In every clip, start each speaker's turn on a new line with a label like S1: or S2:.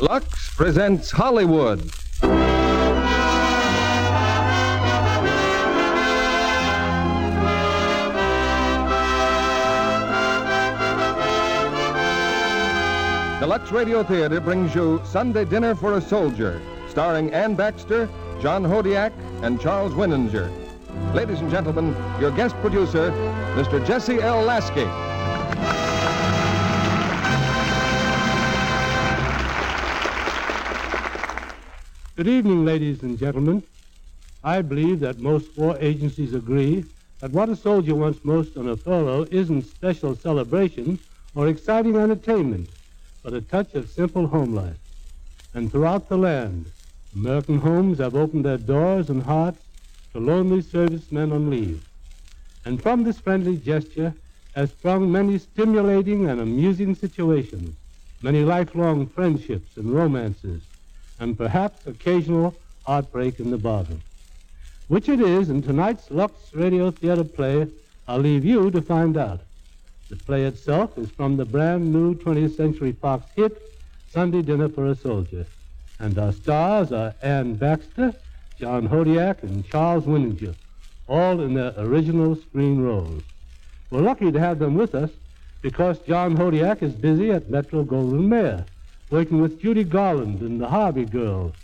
S1: Lux presents Hollywood. The Lux Radio Theater brings you Sunday Dinner for a Soldier, starring Ann Baxter, John Hodiak, and Charles Winninger. Ladies and gentlemen, your guest producer, Mr. Jesse L. Lasky.
S2: Good evening, ladies and gentlemen. I believe that most war agencies agree that what a soldier wants most on a furlough isn't special celebration or exciting entertainment, but a touch of simple home life. And throughout the land, American homes have opened their doors and hearts to lonely servicemen on leave. And from this friendly gesture has sprung many stimulating and amusing situations, many lifelong friendships and romances and perhaps occasional heartbreak in the bargain. Which it is in tonight's Lux Radio Theater play, I'll leave you to find out. The play itself is from the brand new 20th Century Fox hit, Sunday Dinner for a Soldier. And our stars are Ann Baxter, John Hodiak, and Charles Winninger, all in their original screen roles. We're lucky to have them with us because John Hodiak is busy at Metro Goldwyn Mayer working with Judy Garland and the Harvey Girls,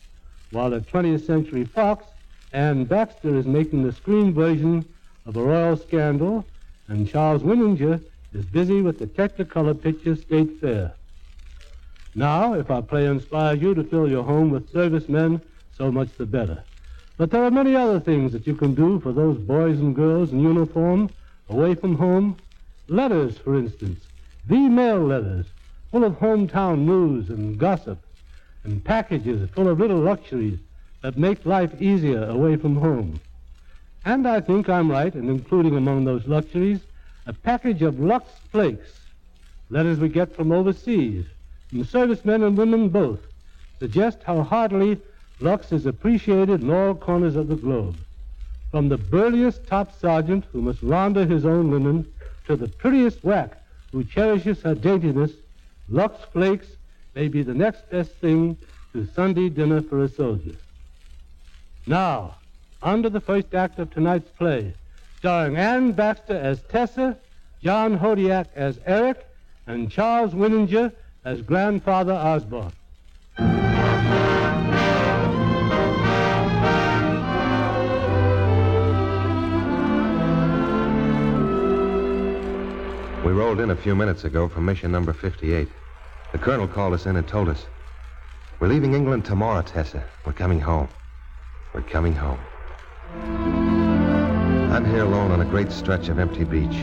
S2: while at 20th Century Fox, Ann Baxter is making the screen version of A Royal Scandal, and Charles Winninger is busy with the Technicolor picture State Fair. Now, if our play inspires you to fill your home with servicemen, so much the better. But there are many other things that you can do for those boys and girls in uniform, away from home. Letters, for instance, the mail letters, full of hometown news and gossip, and packages full of little luxuries that make life easier away from home. And I think I'm right in including among those luxuries a package of Lux Flakes, letters we get from overseas, from servicemen and women both, suggest how heartily Lux is appreciated in all corners of the globe. From the burliest top sergeant who must launder his own linen to the prettiest whack who cherishes her daintiness Lux Flakes may be the next best thing to Sunday dinner for a soldier. Now, on to the first act of tonight's play, starring Ann Baxter as Tessa, John Hodiak as Eric, and Charles Winninger as Grandfather Osborne.
S1: We rolled in a few minutes ago from mission number 58. The colonel called us in and told us. We're leaving England tomorrow, Tessa. We're coming home. We're coming home. I'm here alone on a great stretch of empty beach.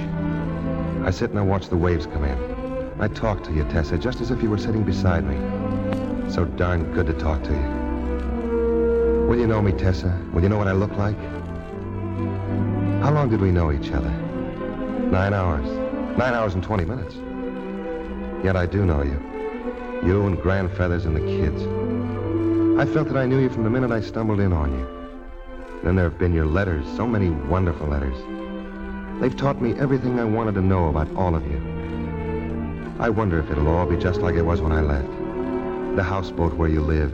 S1: I sit and I watch the waves come in. I talk to you, Tessa, just as if you were sitting beside me. So darn good to talk to you. Will you know me, Tessa? Will you know what I look like? How long did we know each other? Nine hours. Nine hours and 20 minutes. Yet I do know you. You and Grand Feathers and the kids. I felt that I knew you from the minute I stumbled in on you. Then there have been your letters, so many wonderful letters. They've taught me everything I wanted to know about all of you. I wonder if it'll all be just like it was when I left. The houseboat where you live,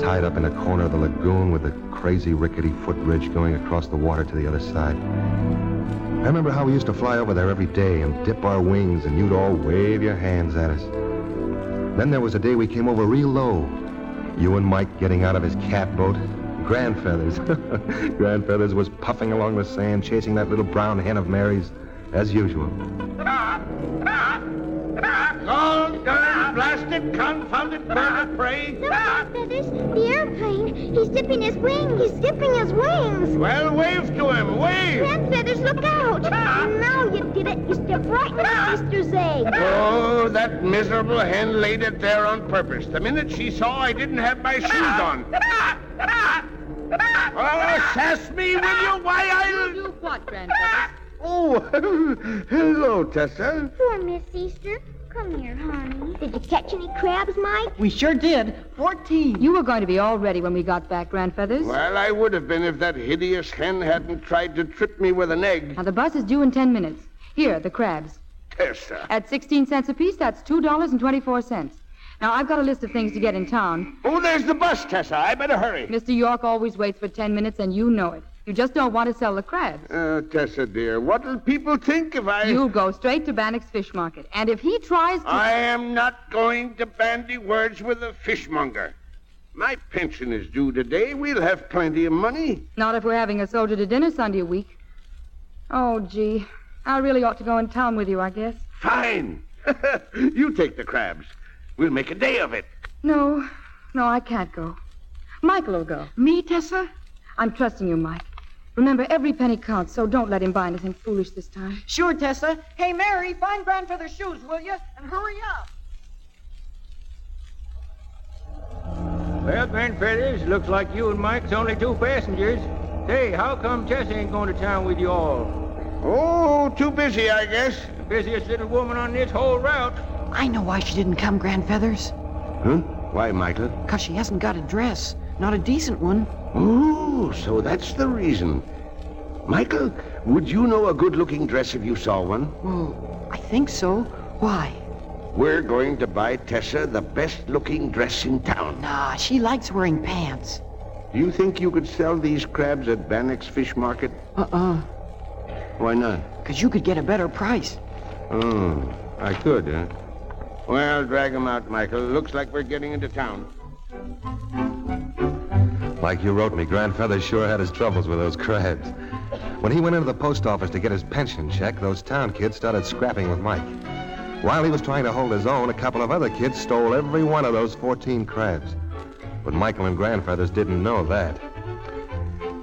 S1: tied up in a corner of the lagoon with a crazy rickety footbridge going across the water to the other side. I remember how we used to fly over there every day and dip our wings, and you'd all wave your hands at us. Then there was a day we came over real low. You and Mike getting out of his catboat. Grandfeathers. Grandfeathers was puffing along the sand, chasing that little brown hen of Mary's, as usual.
S3: Gone, gone, blasted, confounded bird of prey.
S4: No, Feathers, the airplane. He's dipping his wing. He's dipping his wings.
S3: Well, wave to him, wave.
S4: Grand Feathers, look out. Now you did it. You stepped right in Sister's egg.
S3: Oh, that miserable hen laid it there on purpose. The minute she saw I didn't have my shoes on. Oh, sass me, will you? Why, I'll...
S5: You what, Grandfather?
S3: Oh, hello, Tessa.
S4: Poor Miss Easter. Come here, honey. Did you catch any crabs, Mike?
S6: We sure did. Fourteen.
S5: You were going to be all ready when we got back, Grandfeathers.
S3: Well, I would have been if that hideous hen hadn't tried to trip me with an egg.
S5: Now, the bus is due in ten minutes. Here, the crabs.
S3: Tessa.
S5: At 16 cents apiece, that's $2.24. Now, I've got a list of things to get in town.
S3: Oh, there's the bus, Tessa. I better hurry.
S5: Mr. York always waits for ten minutes, and you know it. You just don't want to sell the crabs.
S3: Uh, Tessa, dear, what'll people think if I...
S5: You'll go straight to Bannock's Fish Market. And if he tries to.
S3: I am not going to bandy words with a fishmonger. My pension is due today. We'll have plenty of money.
S5: Not if we're having a soldier to dinner Sunday week. Oh, gee. I really ought to go in town with you, I guess.
S3: Fine. you take the crabs. We'll make a day of it.
S5: No, no, I can't go. Michael will go.
S6: Me, Tessa?
S5: I'm trusting you, Mike. Remember, every penny counts, so don't let him buy anything foolish this time.
S6: Sure, Tessa. Hey, Mary, find Grandfather's shoes, will you? And hurry up.
S7: Well, Grandfeathers, looks like you and Mike's only two passengers. Say, how come Tess ain't going to town with you all?
S3: Oh, too busy, I guess.
S7: The busiest little woman on this whole route.
S6: I know why she didn't come, Grandfeathers.
S3: Huh? Why, Michael?
S6: Because she hasn't got a dress. Not a decent one.
S3: Oh, so that's the reason. Michael, would you know a good looking dress if you saw one?
S6: Oh, I think so. Why?
S3: We're going to buy Tessa the best looking dress in town.
S6: Nah, she likes wearing pants.
S3: Do you think you could sell these crabs at Bannock's Fish Market?
S6: Uh-uh.
S3: Why not?
S6: Because you could get a better price.
S3: Oh, I could, huh? Well, drag 'em out, Michael. Looks like we're getting into town.
S1: Like you wrote me, Grandfather sure had his troubles with those crabs. When he went into the post office to get his pension check, those town kids started scrapping with Mike. While he was trying to hold his own, a couple of other kids stole every one of those 14 crabs. But Michael and Grandfathers didn't know that.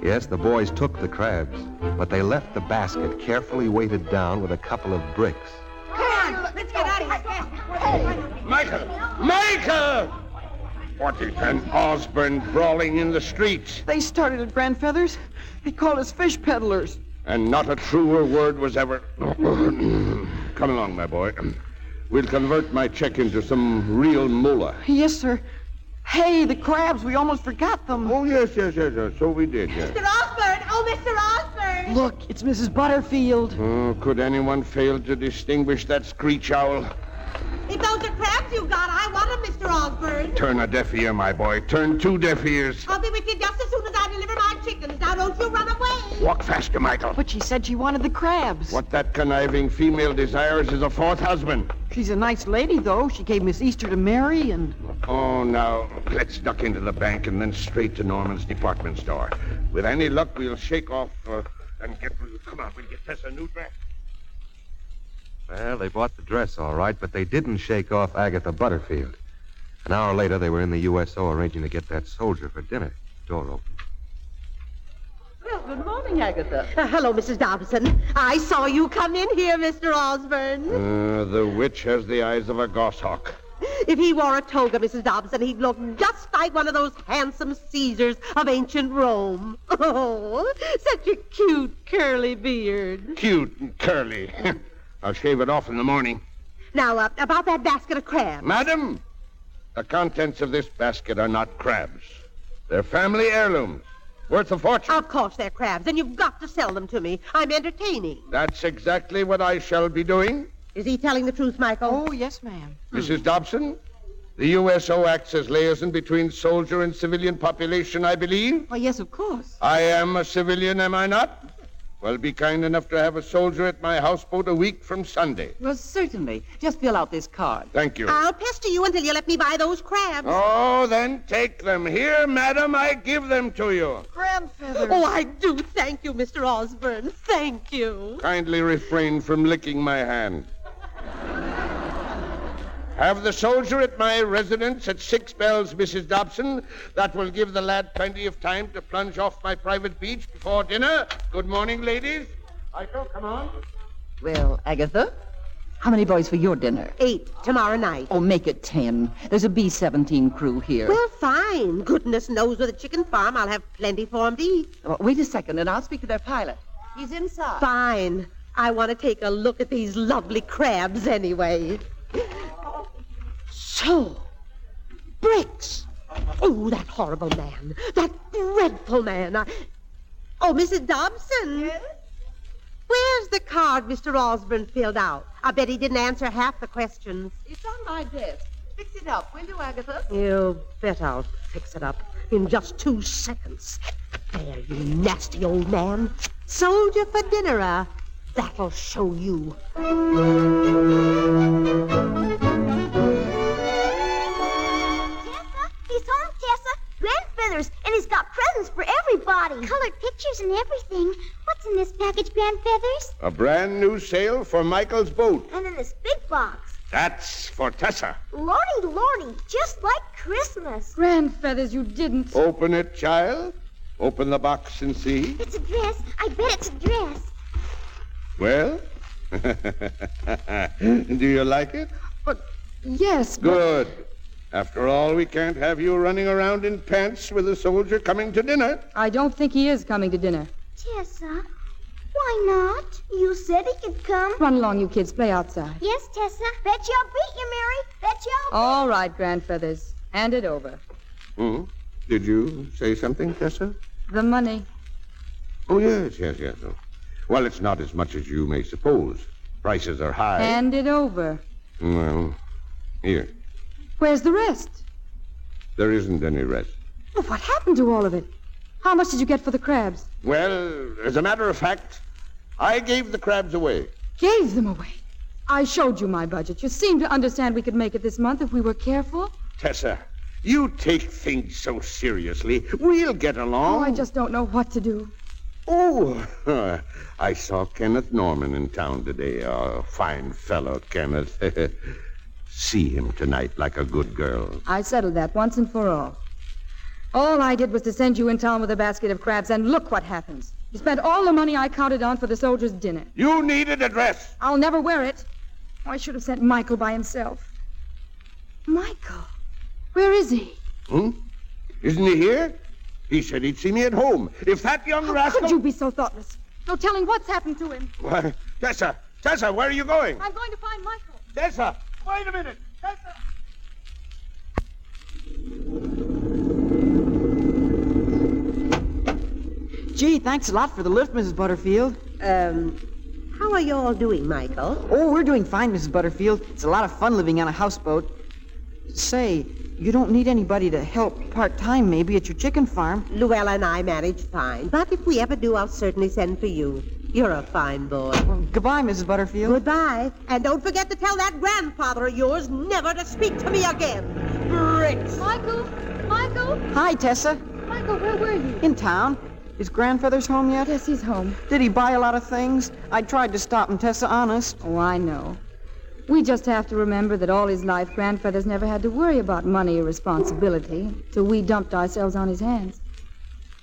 S1: Yes, the boys took the crabs, but they left the basket carefully weighted down with a couple of bricks.
S8: Come on, let's get out of here fast.
S3: Michael! Michael! What is an Osborne brawling in the streets?
S6: They started at Grandfeathers. They called us fish peddlers.
S3: And not a truer word was ever. Come along, my boy. We'll convert my check into some real moolah.
S6: Yes, sir. Hey, the crabs, we almost forgot them.
S3: Oh, yes, yes, yes, yes. So we did, yes.
S8: Mr. Osborne! Oh, Mr. Osborne!
S6: Look, it's Mrs. Butterfield.
S3: Oh, could anyone fail to distinguish that screech owl?
S8: If those are crabs you've got, I want 'em, Mr. Osborne.
S3: Turn a deaf ear, my boy. Turn two deaf ears.
S8: I'll be with you just as soon as I deliver my chickens. Now, don't you run away.
S3: Walk faster, Michael.
S6: But she said she wanted the crabs.
S3: What that conniving female desires is a fourth husband.
S6: She's a nice lady, though. She gave Miss Easter to Mary, and
S3: Oh, now, let's duck into the bank and then straight to Norman's department store. With any luck, we'll shake off uh, and get. Come on, we'll get Tessa a new dress.
S1: Well, they bought the dress all right, but they didn't shake off Agatha Butterfield. An hour later, they were in the USO arranging to get that soldier for dinner. Door open.
S6: Well, good morning, Agatha.
S8: Uh, hello, Mrs. Dobson. I saw you come in here, Mr. Osborne.
S3: Uh, the witch has the eyes of a goshawk.
S8: If he wore a toga, Mrs. Dobson, he'd look just like one of those handsome Caesars of ancient Rome. Oh, such a cute curly beard.
S3: Cute and curly. I'll shave it off in the morning.
S8: Now, uh, about that basket of crabs.
S3: Madam, the contents of this basket are not crabs. They're family heirlooms. Worth a fortune.
S8: Of course they're crabs, and you've got to sell them to me. I'm entertaining.
S3: That's exactly what I shall be doing.
S8: Is he telling the truth, Michael?
S6: Oh, yes, ma'am.
S3: Mrs. Dobson, the USO acts as liaison between soldier and civilian population, I believe.
S6: Why, yes, of course.
S3: I am a civilian, am I not? Well, be kind enough to have a soldier at my houseboat a week from Sunday.
S6: Well, certainly. Just fill out this card. Ah.
S3: Thank you.
S8: I'll pester you until you let me buy those crabs.
S3: Oh, then take them. Here, madam, I give them to you.
S6: Crab feathers.
S8: Oh, I do thank you, Mr. Osborne. Thank you.
S3: Kindly refrain from licking my hand. Have the soldier at my residence at six bells, Mrs. Dobson. That will give the lad plenty of time to plunge off my private beach before dinner. Good morning, ladies. Michael, come on.
S9: Well, Agatha, how many boys for your dinner?
S8: Eight tomorrow night.
S9: Oh, make it ten. There's a B 17 crew here.
S8: Well, fine. Goodness knows with a chicken farm, I'll have plenty for 'em to eat.
S9: Oh, wait a second, and I'll speak to their pilot. He's inside.
S8: Fine. I want to take a look at these lovely crabs anyway. So, bricks. Oh, that horrible man. That dreadful man. I... Oh, Mrs. Dobson. Yes? Where's the card Mr. Osborne filled out? I bet he didn't answer half the questions.
S9: It's on my desk. Fix it up, will you, Agatha?
S8: You bet I'll fix it up in just two seconds. There, you nasty old man. Soldier for dinner, uh. That'll show you.
S4: Tessa? He's home, Tessa. Grandfeathers, and he's got presents for everybody. Colored pictures and everything. What's in this package, Grandfeathers?
S3: A brand new sail for Michael's boat.
S4: And in this big box.
S3: That's for Tessa.
S4: Lordy, lordy, just like Christmas.
S5: Grand feathers, you didn't.
S3: Open it, child. Open the box and see.
S4: It's a dress. I bet it's a dress.
S3: Well? Do you like it?
S5: Yes, but
S3: Good. After all, we can't have you running around in pants with a soldier coming to dinner.
S5: I don't think he is coming to dinner.
S4: Tessa, why not? You said he could come.
S5: Run along, you kids. Play outside.
S4: Yes, Tessa. Bet you I'll beat you, Mary. Bet you I'll.
S5: All right, Grand Feathers. Hand it over.
S3: Hmm? Did you say something, Tessa?
S5: The money.
S3: Oh, yes, yes, yes. Oh. Well, it's not as much as you may suppose. Prices are high.
S5: Hand it over.
S3: Well, here.
S5: Where's the rest?
S3: There isn't any rest.
S5: Oh, what happened to all of it? How much did you get for the crabs?
S3: Well, as a matter of fact, I gave the crabs away.
S5: Gave them away. I showed you my budget. You seemed to understand we could make it this month if we were careful.
S3: Tessa, you take things so seriously. We'll get along.
S5: Oh, I just don't know what to do.
S3: Oh, I saw Kenneth Norman in town today. A fine fellow, Kenneth. See him tonight like a good girl.
S5: I settled that once and for all. All I did was to send you in town with a basket of crabs, and look what happens. You spent all the money I counted on for the soldiers' dinner.
S3: You needed a dress.
S5: I'll never wear it. Oh, I should have sent Michael by himself. Michael? Where is he?
S3: Hmm? Isn't he here? He said he'd see me at home. If that young rascal.
S5: Could you be so thoughtless? No telling what's happened to him.
S3: Why, Tessa, Tessa, where are you going?
S5: I'm going to find Michael.
S3: Tessa, wait a minute. Tessa.
S6: Gee, thanks a lot for the lift, Mrs. Butterfield.
S8: Um, how are you all doing, Michael?
S6: Oh, we're doing fine, Mrs. Butterfield. It's a lot of fun living on a houseboat. Say, you don't need anybody to help part time, maybe, at your chicken farm.
S8: Luella and I manage fine, but if we ever do, I'll certainly send for you. You're a fine boy.
S6: Goodbye, Mrs. Butterfield.
S8: Goodbye. And don't forget to tell that grandfather of yours never to speak to me again. Bricks.
S5: Michael? Michael?
S6: Hi, Tessa.
S5: Michael, where were you?
S6: In town. Is Grandfeather's home yet?
S5: Yes, he's home.
S6: Did he buy a lot of things? I tried to stop him, Tessa, honest.
S5: Oh, I know. We just have to remember that all his life, Grandfather's never had to worry about money or responsibility till we dumped ourselves on his hands.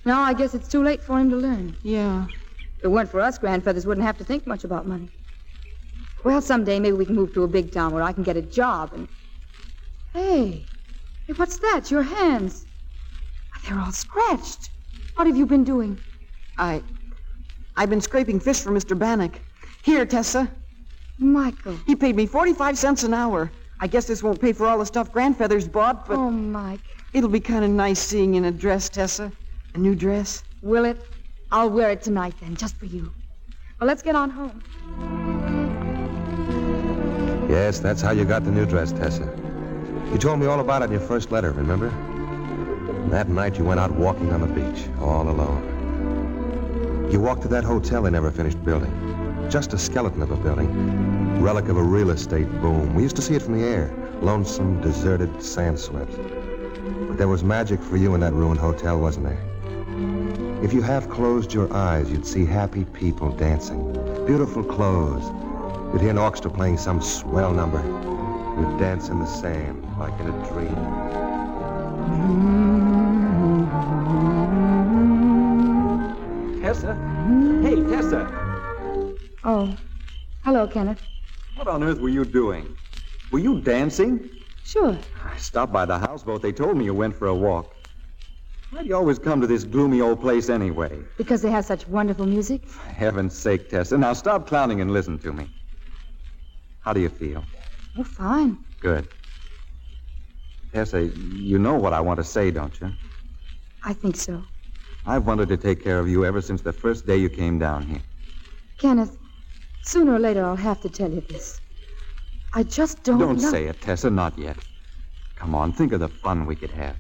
S5: Now I guess it's too late for him to learn.
S6: Yeah.
S5: If it weren't for us, Grandfathers wouldn't have to think much about money. Well, someday maybe we can move to a big town where I can get a job and. Hey, hey, what's that? Your hands. Why, They're all scratched. What have you been doing?
S6: I. I've been scraping fish for Mr. Bannock. Here, Tessa.
S5: Michael.
S6: He paid me 45 cents an hour. I guess this won't pay for all the stuff Grandfeather's bought, but
S5: Oh, Mike.
S6: it'll be kind of nice seeing you in a dress, Tessa. A new dress.
S5: Will it? I'll wear it tonight then, just for you. Well, let's get on home.
S1: Yes, that's how you got the new dress, Tessa. You told me all about it in your first letter, remember? That night you went out walking on the beach, all alone. You walked to that hotel they never finished building. Just a skeleton of a building. Relic of a real estate boom. We used to see it from the air. Lonesome, deserted, sand swept. But there was magic for you in that ruined hotel, wasn't there? If you half closed your eyes, you'd see happy people dancing. Beautiful clothes. You'd hear an orchestra playing some swell number. You'd dance in the sand, like in a dream.
S10: Tessa? Hey, Tessa!
S5: Oh. Hello, Kenneth.
S10: What on earth were you doing? Were you dancing?
S5: Sure.
S10: I stopped by the houseboat. They told me you went for a walk. Why do you always come to this gloomy old place anyway?
S5: Because they have such wonderful music?
S10: For heaven's sake, Tessa. Now stop clowning and listen to me. How do you feel?
S5: Oh, fine.
S10: Good. Tessa, you know what I want to say, don't you?
S5: I think so.
S10: I've wanted to take care of you ever since the first day you came down here.
S5: Kenneth, sooner or later I'll have to tell you this. I just don't.
S10: Don't
S5: know-
S10: say it, Tessa, not yet. Come on, think of the fun we could have.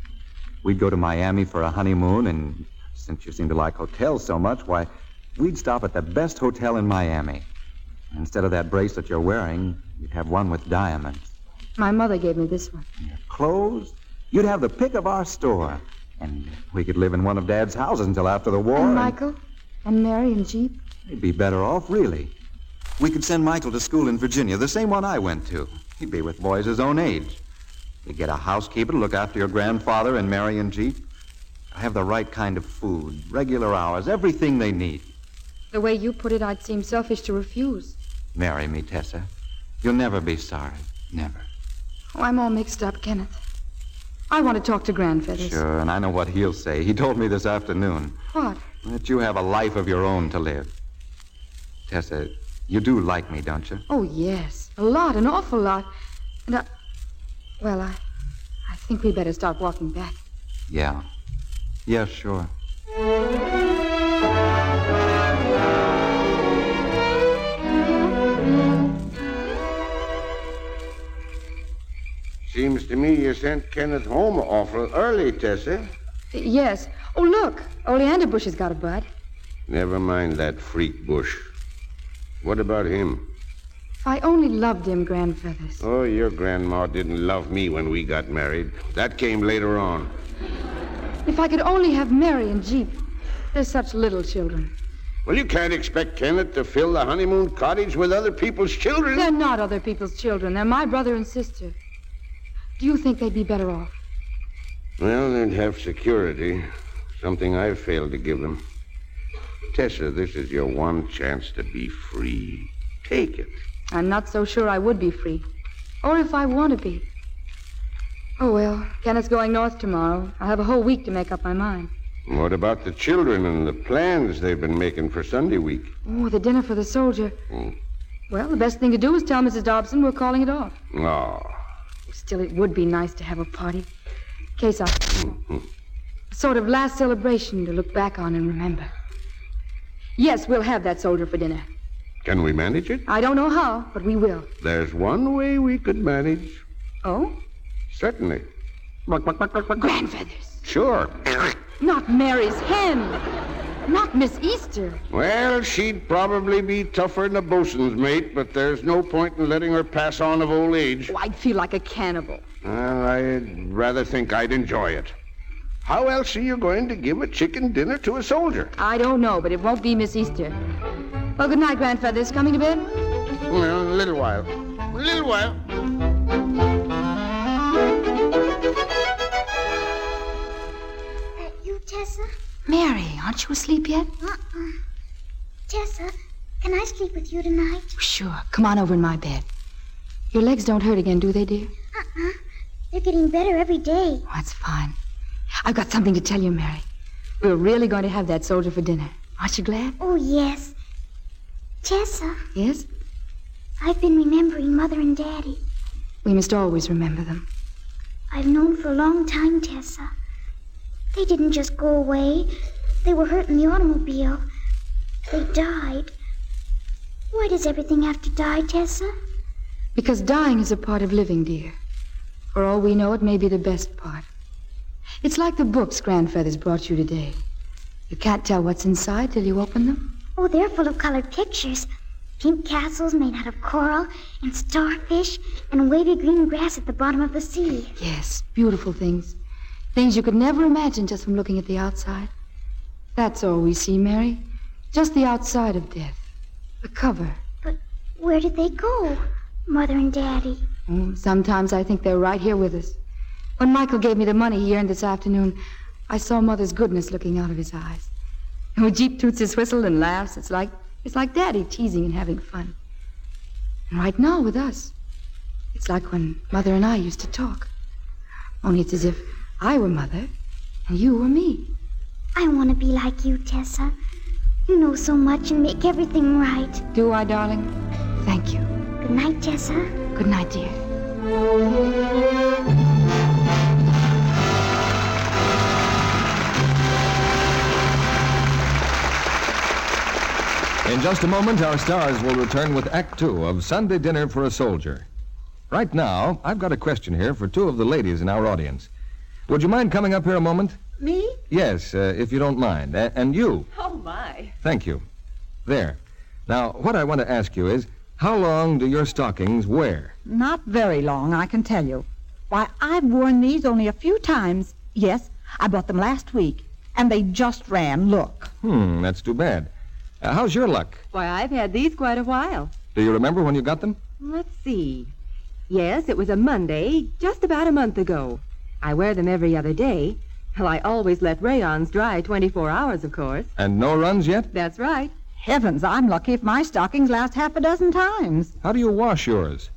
S10: We'd go to Miami for a honeymoon, and since you seem to like hotels so much, why, we'd stop at the best hotel in Miami. Instead of that bracelet you're wearing, you'd have one with diamonds.
S5: My mother gave me this one.
S10: Clothes? You'd have the pick of our store. And we could live in one of Dad's houses until after the war.
S5: and
S10: and
S5: Michael, and Mary, and Jeep.
S10: He'd be better off, really. We could send Michael to school in Virginia, the same one I went to. He'd be with boys his own age. We'd get a housekeeper to look after your grandfather and Mary and Jeep. I have the right kind of food, regular hours, everything they need.
S5: The way you put it, I'd seem selfish to refuse.
S10: Marry me, Tessa. You'll never be sorry. Never.
S5: Oh, I'm all mixed up, Kenneth. I want to talk to Grandfeathers.
S10: Sure, and I know what he'll say. He told me this afternoon
S5: What?
S10: that you have a life of your own to live. Tessa, you do like me, don't you?
S5: Oh, yes. A lot, an awful lot. And I. Well, I. I think we better start walking back.
S10: Yeah. Yeah, sure.
S3: Seems to me you sent Kenneth home awful early, Tessa.
S5: Y- Yes. Oh, look. Oleander Bush has got a bud.
S3: Never mind that freak bush. What about him?
S5: If I only loved him, Grandfeathers.
S3: Oh, your grandma didn't love me when we got married. That came later on.
S5: If I could only have Mary and Jeep. They're such little children.
S3: Well, you can't expect Kenneth to fill the honeymoon cottage with other people's children.
S5: They're not other people's children. They're my brother and sister. Do you think they'd be better off?
S3: Well, they'd have security, something I've failed to give them. Tessa, this is your one chance to be free. Take it.
S5: I'm not so sure I would be free. Or if I want to be. Oh, well, Kenneth's going north tomorrow. I'll have a whole week to make up my mind.
S3: What about the children and the plans they've been making for Sunday week?
S5: Oh, the dinner for the soldier.
S3: Hmm.
S5: Well, the best thing to do is tell Mrs. Dobson we're calling it off.
S3: Oh.
S5: Still, it would be nice to have a party. Case of. A sort of last celebration to look back on and remember. Yes, we'll have that soldier for dinner.
S3: Can we manage it?
S5: I don't know how, but we will.
S3: There's one way we could manage.
S5: Oh?
S3: Certainly.
S5: Grandfeathers.
S3: Sure.
S5: Not Mary's hen. Not Miss Easter.
S3: Well, she'd probably be tougher than a bosun's mate, but there's no point in letting her pass on of old age.
S5: Oh, I'd feel like a cannibal.
S3: Well, I'd rather think I'd enjoy it. How else are you going to give a chicken dinner to a soldier?
S5: I don't know, but it won't be Miss Easter. Well, good night, Grandfeathers. Coming to bed?
S3: Well, a little while. A little while.
S4: That you, Tessa?
S9: Mary, aren't you asleep yet?
S4: Uh-uh. Tessa, can I sleep with you tonight?
S9: Sure. Come on over in my bed.
S5: Your legs don't hurt again, do they, dear? Oh,
S4: Uh-uh. They're getting better every day.
S5: That's fine. I've got something to tell you, Mary. We're really going to have that soldier for dinner. Aren't you glad?
S4: Oh, yes. Tessa,
S5: Yes?
S4: I've been remembering Mother and Daddy.
S5: We must always remember them.
S4: I've known for a long time, Tessa. They didn't just go away. They were hurt in the automobile. They died. Why does everything have to die, Tessa?
S5: Because dying is a part of living, dear. For all we know, it may be the best part. It's like the books Grandfeathers brought you today. You can't tell what's inside till you open them.
S4: Oh, they're full of colored pictures. Pink castles made out of coral, and starfish, and wavy green grass at the bottom of the sea.
S5: Yes, beautiful things. Things you could never imagine just from looking at the outside. That's all we see, Mary. Just the outside of death. The cover.
S4: Where did they go? Mother and Daddy.
S5: Oh, sometimes I think they're right here with us. When Michael gave me the money he earned this afternoon, I saw Mother's goodness looking out of his eyes. And when Jeep toots his whistle and laughs, it's like it's like Daddy teasing and having fun. And right now with us, it's like when Mother and I used to talk. Only it's as if I were Mother and you were me.
S4: I want to be like you, Tessa. You know so much and make everything right.
S5: Do I, darling? Thank you.
S4: Good night, Tessa.
S5: Good night, dear.
S11: In just a moment, our stars will return with Act Two of Sunday Dinner for a Soldier. Right now, I've got a question here for two of the ladies in our audience. Would you mind coming up here a moment?
S12: Me?
S11: Yes, uh, if you don't mind. A- and you.
S12: Oh, my.
S11: Thank you. There. Now, what I want to ask you is how long do your stockings wear?
S12: Not very long, I can tell you. Why, I've worn these only a few times. Yes, I bought them last week, and they just ran. Look.
S11: Hmm, that's too bad. Uh, how's your luck?
S13: Why, I've had these quite a while.
S11: Do you remember when you got them?
S13: Let's see. Yes, it was a Monday, just about a month ago. I wear them every other day. Well, I always let rayons dry 24 hours, of course.
S11: And no runs yet?
S13: That's right.
S12: Heavens, I'm lucky if my stockings last half a dozen times.
S11: How do you wash yours?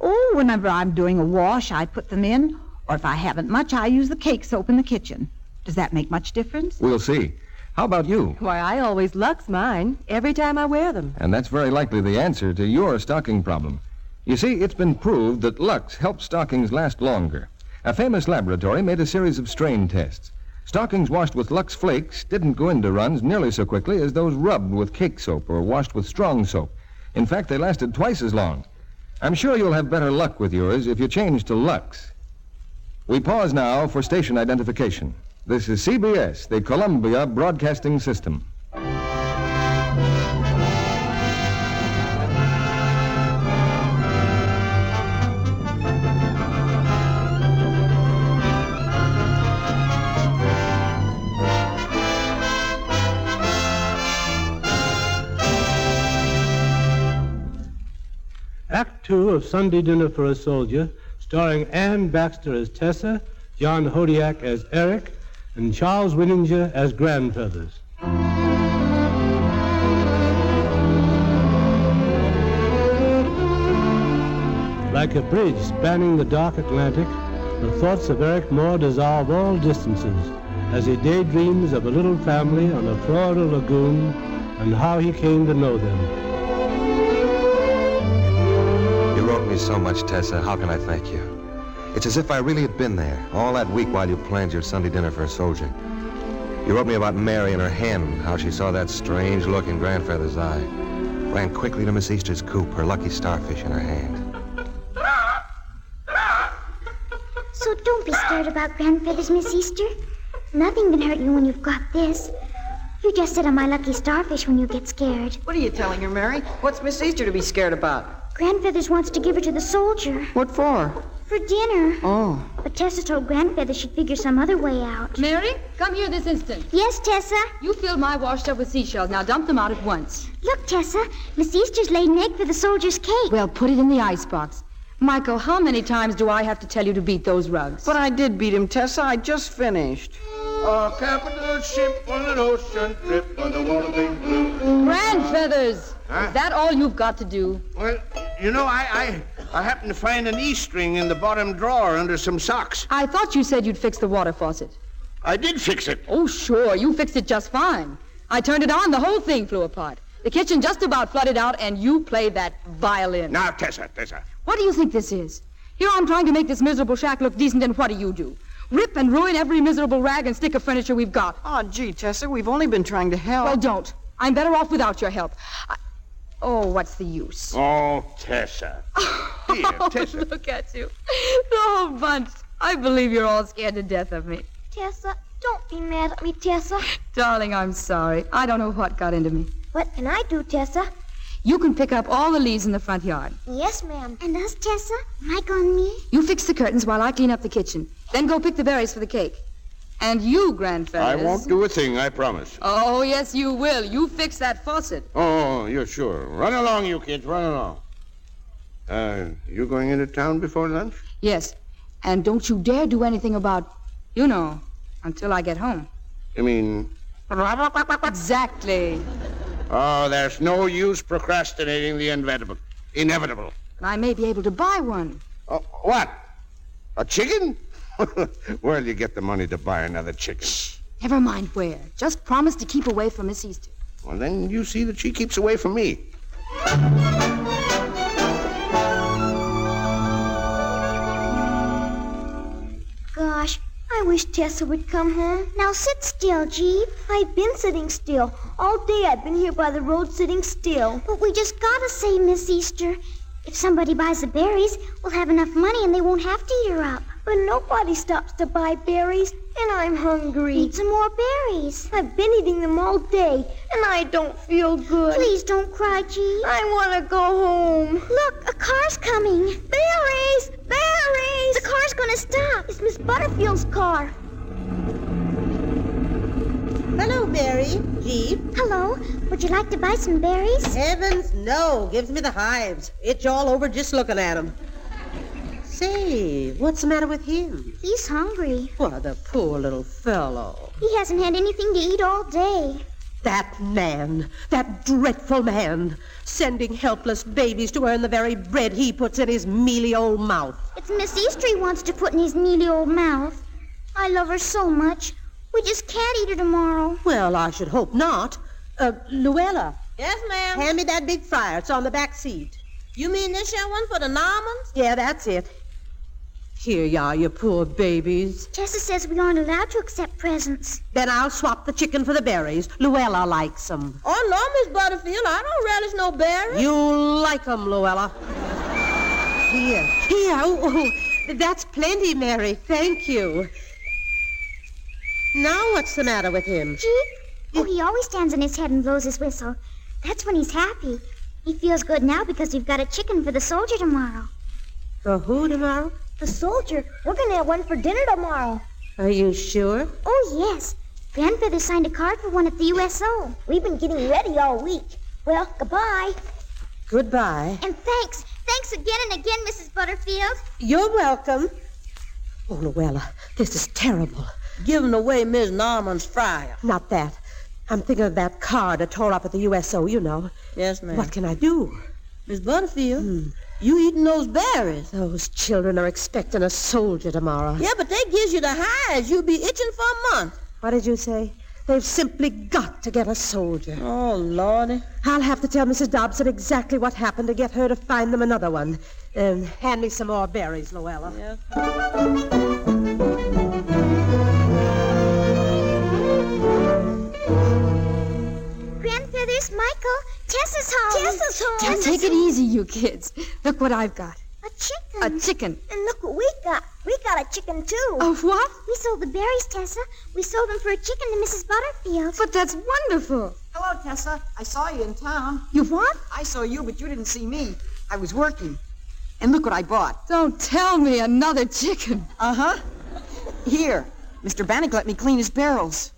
S12: Oh, whenever I'm doing a wash, I put them in, or if I haven't much, I use the cake soap in the kitchen. Does that make much difference?
S11: We'll see. How about you?
S13: Why, I always lux mine every time I wear them.
S11: And that's very likely the answer to your stocking problem. You see, it's been proved that Lux helps stockings last longer. A famous laboratory made a series of strain tests. Stockings washed with Lux Flakes didn't go into runs nearly so quickly as those rubbed with cake soap or washed with strong soap. In fact, they lasted twice as long. I'm sure you'll have better luck with yours if you change to Lux. We pause now for station identification. This is CBS, the Columbia Broadcasting System.
S2: Act Two of Sunday Dinner for a Soldier, starring Ann Baxter as Tessa, John Hodiak as Eric, and Charles Winninger as Grandfeathers. Like a bridge spanning the dark Atlantic, the thoughts of Eric Moore dissolve all distances as he daydreams of a little family on a Florida lagoon and how he came to know them.
S1: You wrote me so much, Tessa. How can I thank you? It's as if I really had been there all that week while you planned your Sunday dinner for a soldier. You wrote me about Mary and her hen, how she saw that strange look in Grandfather's eye, ran quickly to Miss Easter's coop, her lucky starfish in her hand.
S4: So don't be scared about grandfathers, Miss Easter. Nothing can hurt you when you've got this. You just sit on my lucky starfish when you get scared.
S6: What are you telling her, Mary? What's Miss Easter to be scared about?
S4: Grandfathers wants to give her to the soldier.
S6: What for?
S4: For dinner.
S6: Oh.
S4: But Tessa told Grandfather she'd figure some other way out.
S5: Mary, come here this instant.
S4: Yes, Tessa?
S5: You filled my wash tub with seashells. Now dump them out at once.
S4: Look, Tessa, Miss Easter's laid an egg for the soldier's cake.
S5: Well, put it in the icebox. Michael, how many times do I have to tell you to beat those rugs?
S6: But I did beat him, Tessa. I just finished.
S3: A capital ship on an ocean trip on the water big blue.
S9: Grandfeathers!
S3: Huh?
S9: Is that all you've got to do?
S3: Well, you know, I, I I happened to find an E string in the bottom drawer under some socks.
S5: I thought you said you'd fix the water faucet.
S3: I did fix it.
S5: Oh, sure, you fixed it just fine. I turned it on, the whole thing flew apart. The kitchen just about flooded out, and you played that violin.
S3: Now, Tessa, Tessa.
S5: What do you think this is? Here I'm trying to make this miserable shack look decent, and what do you do? Rip and ruin every miserable rag and stick of furniture we've got.
S14: Oh, gee, Tessa, we've only been trying to help.
S5: Well, don't. I'm better off without your help. I... Oh, what's the use?
S3: Oh, Tessa. Here, Tessa.
S5: Look at you. The whole bunch. I believe you're all scared to death of me.
S15: Tessa, don't be mad at me, Tessa.
S5: Darling, I'm sorry. I don't know what got into me.
S15: What can I do, Tessa?
S5: You can pick up all the leaves in the front yard.
S15: Yes, ma'am. And us, Tessa? Mike on me?
S5: You fix the curtains while I clean up the kitchen. Then go pick the berries for the cake. And you, Grandfellers.
S3: I won't do a thing, I promise.
S5: Oh, yes, you will. You fix that faucet.
S3: Oh, you're sure. Run along, you kids, run along. Uh, you going into town before lunch?
S5: Yes. And don't you dare do anything about, you know, until I get home.
S3: You mean.
S5: Exactly.
S3: Oh, there's no use procrastinating the inevitable. Inevitable.
S5: And I may be able to buy one.
S3: Oh, what? A chicken? well, you get the money to buy another chicken.
S5: Never mind where. Just promise to keep away from Miss Easter.
S3: Well, then you see that she keeps away from me.
S15: Gosh, I wish Tessa would come home.
S4: Now sit still, Jeep.
S15: I've been sitting still. All day I've been here by the road sitting still.
S4: But we just gotta say, Miss Easter,
S15: If somebody buys the berries, we'll have enough money and they won't have to eat her up. But nobody stops to buy berries, and I'm hungry.
S4: Eat some more berries.
S15: I've been eating them all day, and I don't feel good.
S4: Please don't cry, Jeep.
S15: I want to go home.
S4: Look, a car's coming.
S15: Berries! Berries!
S4: The car's gonna stop.
S15: It's Miss Butterfield's car.
S8: Hello, Mary. Jeep.
S4: Hello. Would you like to buy some berries?
S8: Heavens, no. Gives me the hives. Itch all over just looking at 'em. Say, what's the matter with him?
S4: He's hungry.
S8: Why, the poor little fellow.
S4: He hasn't had anything to eat all day.
S8: That man, that dreadful man, sending helpless babies to earn the very bread he puts in his mealy old mouth.
S4: It's Miss Easter he wants to put in his mealy old mouth. I love her so much. We just can't eat her tomorrow.
S8: Well, I should hope not. Uh, Luella,
S12: Yes, ma'am.
S8: hand me that big fryer. It's on the back seat.
S12: You mean this here one for the Normans?
S8: Yeah, that's it. Here you are, you poor babies.
S4: Tessa says we aren't allowed to accept presents.
S8: Then I'll swap the chicken for the berries. Luella likes 'em.
S12: Oh, no, Miss Butterfield, I don't relish no berries.
S8: You like 'em, Luella. Here, here. Oh, oh, that's plenty, Mary. Thank you. Now what's the matter with him?
S4: Jeep? Oh, he always stands on his head and blows his whistle. That's when he's happy. He feels good now because we've got a chicken for the soldier tomorrow.
S8: For who tomorrow?
S4: The soldier? We're going to have one for dinner tomorrow.
S8: Are you sure?
S4: Oh, yes. Grandfather signed a card for one at the USO. We've been getting ready all week. Well, goodbye.
S8: Goodbye.
S4: And thanks. Thanks again and again, Mrs. Butterfield.
S8: You're welcome. Oh, Luella, this is terrible.
S12: Giving away Miss Norman's fryer.
S8: Not that. I'm thinking of that card I tore up at the USO, you know.
S12: Yes, ma'am.
S8: What can I do? Hmm.
S12: Miss Butterfield, you eating those berries.
S8: Those children are expecting a soldier tomorrow.
S12: Yeah, but they gives you the hives. You'll be itching for a month.
S8: What did you say? They've simply got to get a soldier.
S12: Oh, Lordy.
S8: I'll have to tell Mrs. Dobson exactly what happened to get her to find them another one. Um, hand me some more berries, Luella.
S12: Yes.
S4: Grandfather's Michael. Tessa's home.
S15: Tessa's home.
S5: Take it easy, you kids. Look what I've got.
S4: A chicken.
S5: A chicken.
S4: and look what we got. We got a chicken, too.
S5: A what?
S4: We sold the berries, Tessa. We sold them for a chicken to Mrs. Butterfield.
S5: But that's wonderful.
S6: Hello, Tessa. I saw you in town.
S5: You what?
S6: I saw you, but you didn't see me. I was working. And look what I bought.
S5: Don't tell me another chicken.
S6: Uh huh. Here, Mr. Bannock let me clean his barrels.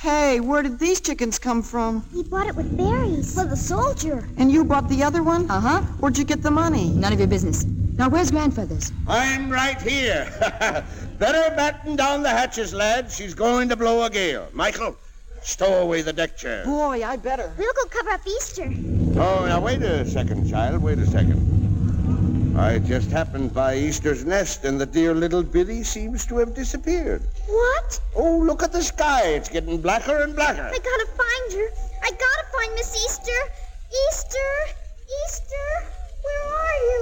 S6: Hey, where did these chickens come from?
S4: He bought it with berries. For the soldier.
S6: And you bought the other one?
S5: Uh huh.
S6: Where'd you get the money?
S5: None of your business. Now, where's Grandfather's?
S3: I'm right here. Better batten down the hatches, lads. She's going to blow a gale. Michael, stow away the deck chair.
S6: Boy, I better.
S4: We'll go cover up Easter.
S3: Oh, now wait a second, child. Wait a second. I just happened by Easter's nest, and the dear little biddy seems to have disappeared.
S4: What?
S3: Oh, look at the sky. It's getting blacker and blacker.
S4: I gotta find her. I gotta find Miss Easter. Easter. Easter.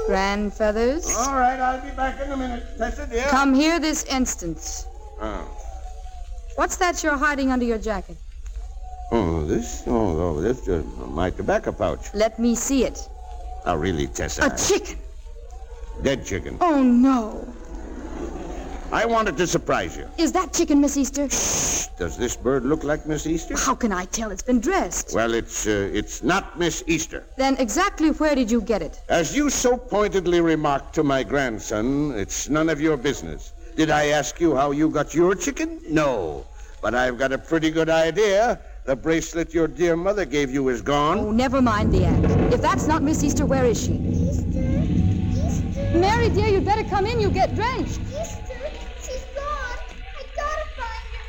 S5: Gran Feathers,
S3: All right, I'll be back in a minute. Tessa, dear.
S5: come here this instant.
S3: Oh.
S5: What's that you're hiding under your jacket?
S3: Oh, this? Oh, oh this uh, my tobacco pouch.
S5: Let me see it.
S3: Oh, really, Tessa?
S5: A chicken.
S3: Dead chicken.
S5: Oh, no.
S3: I wanted to surprise you.
S5: Is that chicken, Miss Easter?
S3: Does this bird look like Miss Easter?
S5: How can I tell? It's been dressed.
S3: Well, it's uh, it's not Miss Easter.
S5: Then exactly where did you get it?
S3: As you so pointedly remarked to my grandson, it's none of your business. Did I ask you how you got your chicken? No. But I've got a pretty good idea. The bracelet your dear mother gave you is gone.
S5: Oh, never mind the act. If that's not Miss Easter, where is she? Mary, dear, you'd better come in. You get drenched.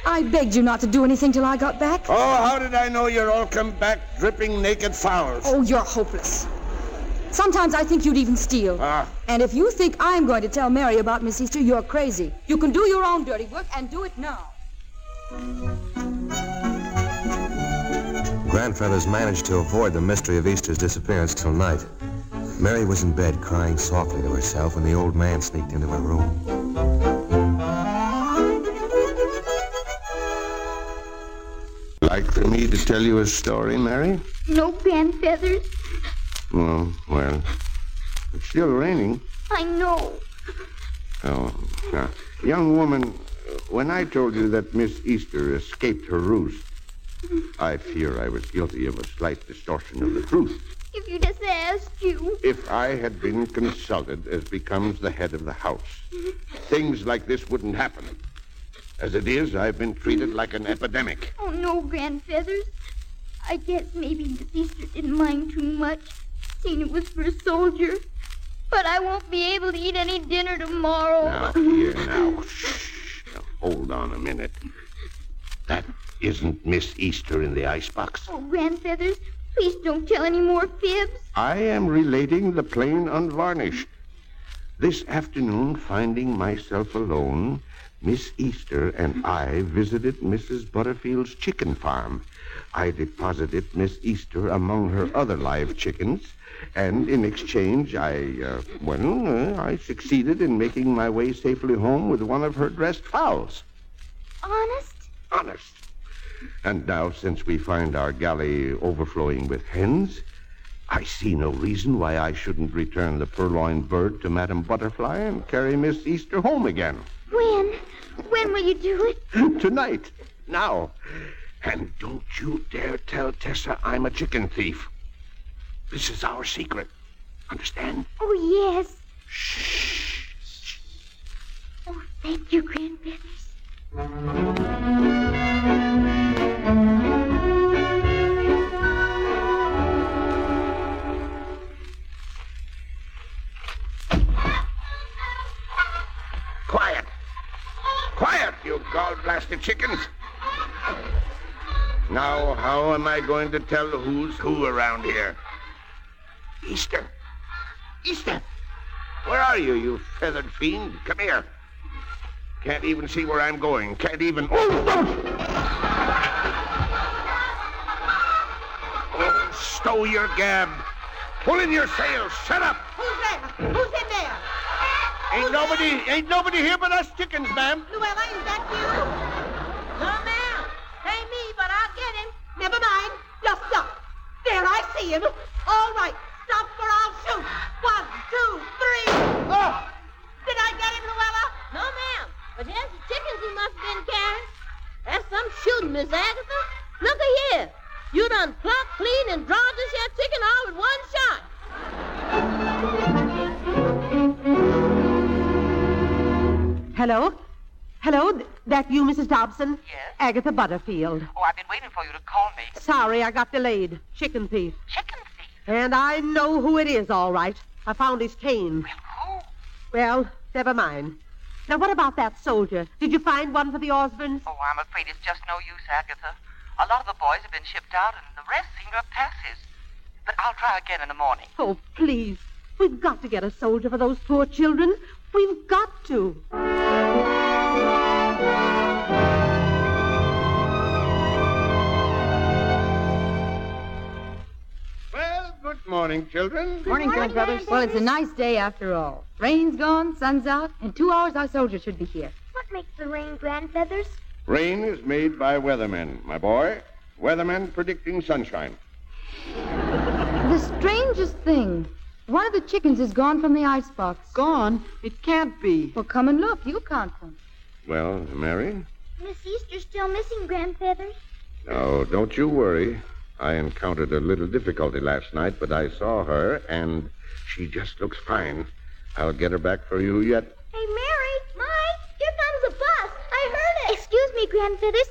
S5: I begged you not to do anything till I got back.
S3: Oh, how did I know you're all come back dripping naked fowls?
S5: Oh, you're hopeless. Sometimes I think you'd even steal.
S3: Ah,
S5: And if you think I'm going to tell Mary about Miss Easter, you're crazy. You can do your own dirty work and do it now.
S1: Grandfeathers managed to avoid the mystery of Easter's disappearance till night. Mary was in bed crying softly to herself when the old man sneaked into her room.
S3: like for me to tell you a story, Mary?
S16: No band feathers.
S3: Oh, well, it's still raining.
S16: I know.
S3: Oh, now, young woman, when I told you that Miss Easter escaped her roost, I fear I was guilty of a slight distortion of the truth.
S16: If you just asked you.
S3: If I had been consulted as becomes the head of the house, things like this wouldn't happen. As it is, I've been treated like an epidemic.
S16: Oh, no, Grand Feathers. I guess maybe Miss Easter didn't mind too much, seeing it was for a soldier. But I won't be able to eat any dinner tomorrow.
S3: Now, here, now. Shh. Now, hold on a minute. That isn't Miss Easter in the icebox.
S16: Oh, Grand Feathers, please don't tell any more fibs.
S3: I am relating the plain unvarnished. This afternoon, finding myself alone, Miss Easter and I visited Mrs. Butterfield's chicken farm. I deposited Miss Easter among her other live chickens, and in exchange, I, uh, well, uh, I succeeded in making my way safely home with one of her dressed fowls.
S16: Honest?
S3: Honest. And now, since we find our galley overflowing with hens, I see no reason why I shouldn't return the purloined bird to Madame Butterfly and carry Miss Easter home again.
S16: When? When will you do it?
S3: Tonight. Now. And don't you dare tell Tessa I'm a chicken thief. This is our secret. Understand?
S16: Oh, yes. Oh, thank you, Grand Feathers.
S3: Quiet. Quiet, you gall-blasted chickens. Now, how am I going to tell who's who around here? Easter. Easter. Where are you, you feathered fiend? Come here. Can't even see where I'm going. Can't even. Oh, oh stow your gab. Pull in your sails. Shut up.
S8: Who's there? Who's in there?
S3: Ain't nobody, ain't nobody here but us chickens, ma'am.
S8: Luella, is that you? Come out. Ain't me, but I'll get him. Never mind. Just stop. There, I see him. All right. Stop or I'll shoot. One, two, three. Did I get him, Luella?
S17: No, ma'am. But there's the chickens he must have been carrying. That's some shooting, Miss Agatha. Look a here. You done plucked, cleaned, and drawn this here chicken all with one shot.
S8: Hello? Hello? Th- that you, Mrs. Dobson? Yes. Agatha Butterfield.
S18: Oh, I've been waiting for you to call me.
S8: Sorry, I got delayed. Chicken thief.
S18: Chicken thief?
S8: And I know who it is, all right. I found his cane.
S18: Who?
S8: Well, never mind. Now, what about that soldier? Did you find one for the Osbornes?
S18: Oh, I'm afraid it's just no use, Agatha. A lot of the boys have been shipped out, and the rest seem to have passes. But I'll try again in the morning.
S8: Oh, please. We've got to get a soldier for those poor children. We've got to.
S3: Well, good morning, children.
S13: Morning, Good brothers. Well, it's a nice day after all. Rain's gone, sun's out. In two hours, our soldiers should be here.
S4: What makes the rain, Grandfeathers?
S3: Rain is made by weathermen, my boy. Weathermen predicting sunshine.
S13: The strangest thing. One of the chickens is gone from the icebox. Gone? It can't be. Well, come and look. You can't come.
S3: Well, Mary?
S4: Miss Easter's still missing, Grandfeathers.
S3: No, don't you worry. I encountered a little difficulty last night, but I saw her, and she just looks fine. I'll get her back for you yet.
S4: Hey, Mary! Mike! Here comes a bus! I heard it! Excuse me, Grandfeathers.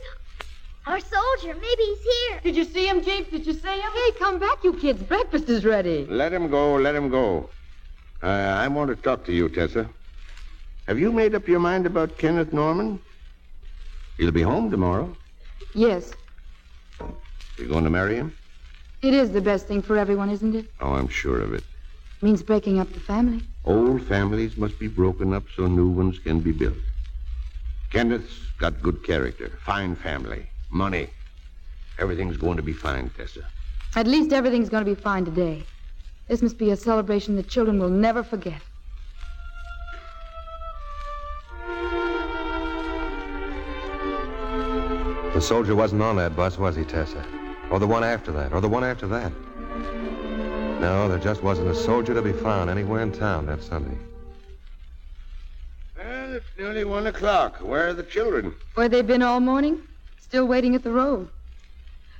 S4: Our soldier, maybe he's here.
S13: Did you see him, Jeeps? Did you see him? Hey, come back, you kids. Breakfast is ready.
S3: Let him go, let him go. Uh, I want to talk to you, Tessa. Have you made up your mind about Kenneth Norman? He'll be home tomorrow.
S13: Yes,
S3: You're going to marry him?
S13: it is the best thing for everyone, isn't it?
S3: Oh, I'm sure of it.
S13: Means breaking up the family.
S3: Old families must be broken up so new ones can be built. Kenneth's got good character, fine family, money. Everything's going to be fine, Tessa.
S13: At least everything's going to be fine today. This must be a celebration the children will never forget.
S1: The soldier wasn't on that bus, was he, Tessa? Or the one after that, or the one after that? No, there just wasn't a soldier to be found anywhere in town that Sunday.
S3: Well, it's nearly one o'clock. Where are the children?
S13: Where they've been all morning? Still waiting at the road.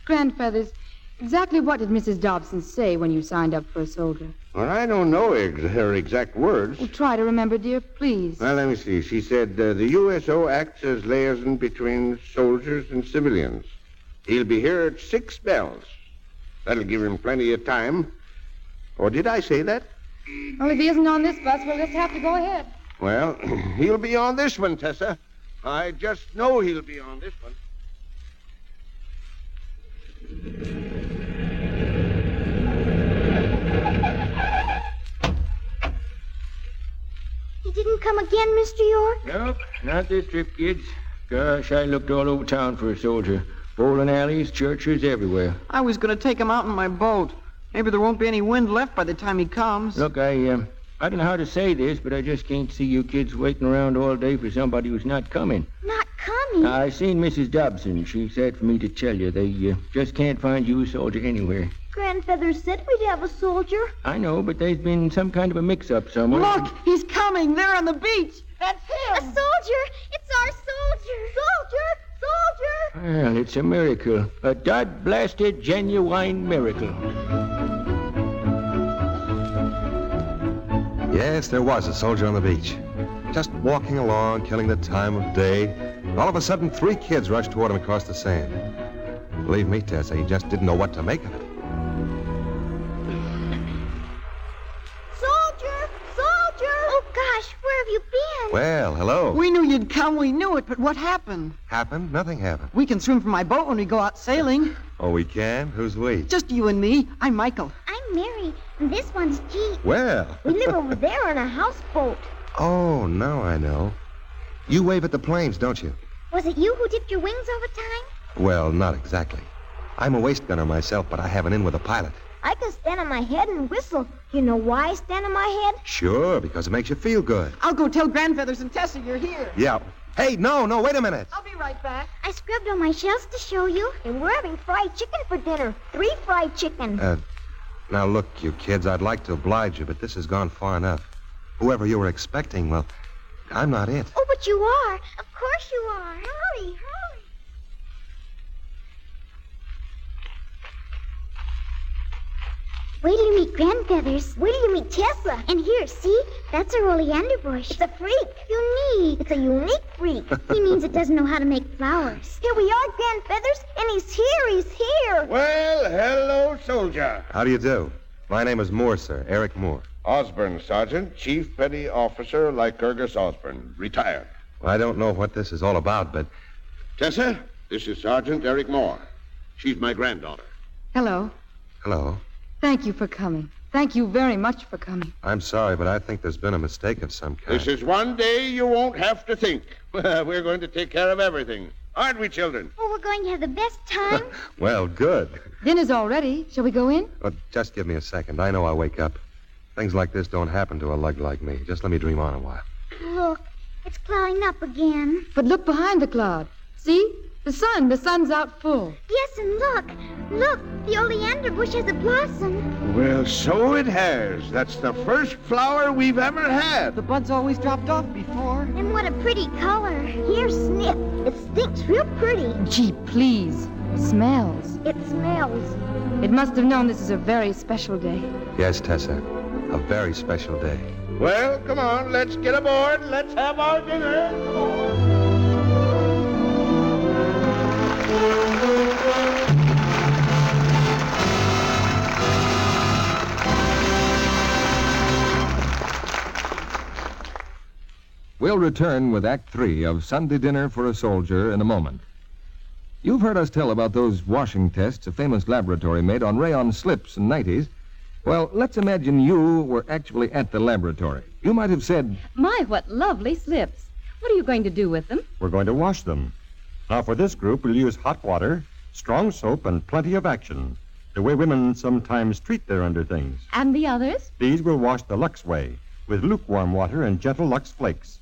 S13: Grandfeathers, exactly what did Mrs. Dobson say when you signed up for a soldier?
S3: Well, I don't know ex- her exact words.
S13: Well, try to remember, dear, please.
S3: Well, let me see. She said uh, the USO acts as liaison between soldiers and civilians. He'll be here at six bells. That'll give him plenty of time. Or did I say that?
S13: Well, if he isn't on this bus, we'll just have to go ahead.
S3: Well, he'll be on this one, Tessa. I just know he'll be on this one.
S4: He didn't come again, Mr. York?
S7: Nope, not this trip, kids. Gosh, I looked all over town for a soldier. Bowling alleys, churches, everywhere.
S6: I was going to take him out in my boat. Maybe there won't be any wind left by the time he comes.
S7: Look, I, um, I don't know how to say this, but I just can't see you kids waiting around all day for somebody who's not coming.
S4: Not coming?
S7: I seen Mrs. Dobson. She said for me to tell you they uh, just can't find you a soldier anywhere.
S4: Grandfeathers said we'd have a soldier.
S7: I know, but there's been some kind of a mix-up somewhere.
S6: Look, he's coming. There on the beach.
S4: That's him! A soldier! It's our soldier! Soldier! Soldier!
S7: Well, it's a miracle. A dud blasted genuine miracle.
S1: Yes, there was a soldier on the beach. Just walking along, killing the time of day. All of a sudden, three kids rushed toward him across the sand. Believe me, Tessa, he just didn't know what to make of it.
S4: Soldier! Soldier! Oh, gosh, where have you been?
S1: Well, hello.
S6: We knew you'd come. We knew it, but what happened?
S1: Happened? Nothing happened.
S6: We can swim from my boat when we go out sailing.
S1: Oh, we can? Who's we?
S6: Just you and me. I'm Michael.
S4: I'm Mary, and this one's Jeep.
S1: Well.
S4: We live over there on a houseboat.
S1: Oh, now I know. You wave at the planes, don't you?
S4: Was it you who dipped your wings over time?
S1: Well, not exactly. I'm a waist gunner myself, but I have an in with a pilot.
S4: I can stand on my head and whistle. You know why I stand on my head?
S1: Sure, because it makes you feel good.
S6: I'll go tell Grandfeathers and Tessa you're here.
S1: Yeah. Hey, no, no, wait a minute.
S6: I'll be right back.
S4: I scrubbed all my shells to show you, and we're having fried chicken for dinner. Three fried chicken.
S1: Uh, now look, you kids, I'd like to oblige you, but this has gone far enough. Whoever you were expecting, well, I'm not it.
S4: Oh, but you are. Of course you are. Hurry, hurry. Wait till you meet Grandfeathers. Wait till you meet Tessa. And here, see? That's a oleander bush. It's a freak. Unique. It's a unique freak. he means it doesn't know how to make flowers. Here we are, Grandfeathers, and he's here. He's here.
S3: Well, hello, soldier.
S1: How do you do? My name is Moore, sir. Eric Moore.
S3: Osborne, Sergeant, Chief Petty Officer Lycurgus Osborne, retired.
S1: I don't know what this is all about, but
S3: Tessa, this is Sergeant Eric Moore. She's my granddaughter.
S13: Hello.
S1: hello.
S13: Thank you for coming. Thank you very much for coming.
S1: I'm sorry, but I think there's been a mistake of some kind.
S3: This is one day you won't have to think. We're going to take care of everything. Aren't we, children?
S4: Well, we're going to have the best time.
S1: Well, good.
S5: Dinner's all ready. Shall we go in?
S1: But just give me a second. I know I'll wake up. Things like this don't happen to a lug like me. Just let me dream on a while.
S4: Look, it's clouding up again.
S5: But look behind the cloud. See? The sun. The sun's out full.
S4: Yes, and look, look, the oleander bush has a blossom.
S3: Well, so it has. That's the first flower we've ever had.
S6: The buds always dropped off before.
S4: And what a pretty color. Here, sniff. It stinks real pretty.
S5: Gee, please. Smells.
S4: It smells.
S5: It must have known this is a very special day.
S1: Yes, Tessa. A very special day.
S3: Well, come on, let's get aboard. Let's have our dinner. Come on.
S11: We'll return with Act Three of Sunday Dinner for a Soldier in a moment. You've heard us tell about those washing tests a famous laboratory made on rayon slips and nighties. Well, let's imagine you were actually at the laboratory. You might have said,
S13: My, what lovely slips. What are you going to do with them?
S19: We're going to wash them. Now, for this group, we'll use hot water, strong soap, and plenty of action. The way women sometimes treat their underthings.
S13: And the others?
S19: These we'll wash the Lux way, with lukewarm water and gentle Lux flakes.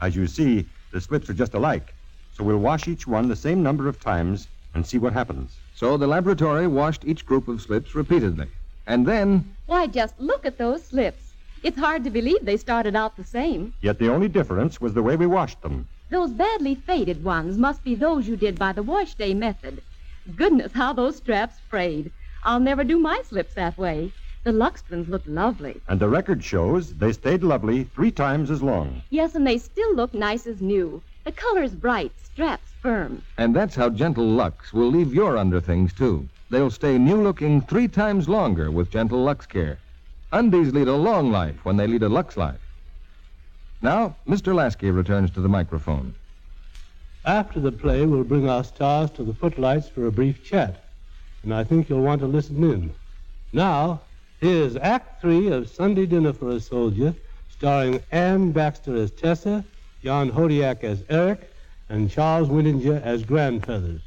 S19: As you see, the slips are just alike, so we'll wash each one the same number of times and see what happens.
S11: So "Oh, the laboratory washed each group of slips repeatedly. And then,
S13: Why, just look at those slips. It's hard to believe they started out the same.
S19: Yet the only difference was the way we washed them.
S13: Those badly faded ones must be those you did by the wash day method. Goodness, how those straps frayed. I'll never do my slips that way. The Luxtons look lovely.
S19: And the record shows they stayed lovely three times as long.
S13: Yes, and they still look nice as new. The color's bright, straps firm.
S11: and that's how gentle Lux will leave your underthings, too. They'll stay new looking three times longer with gentle Lux care. Undies lead a long life when they lead a Lux life. Now, Mr. Lasky returns to the microphone.
S2: After the play, we'll bring our stars to the footlights for a brief chat, and I think you'll want to listen in. Now, here's Act Three of Sunday Dinner for a Soldier, starring Anne Baxter as Tessa, John Hodiak as Eric, and Charles Winninger as Grandfeathers.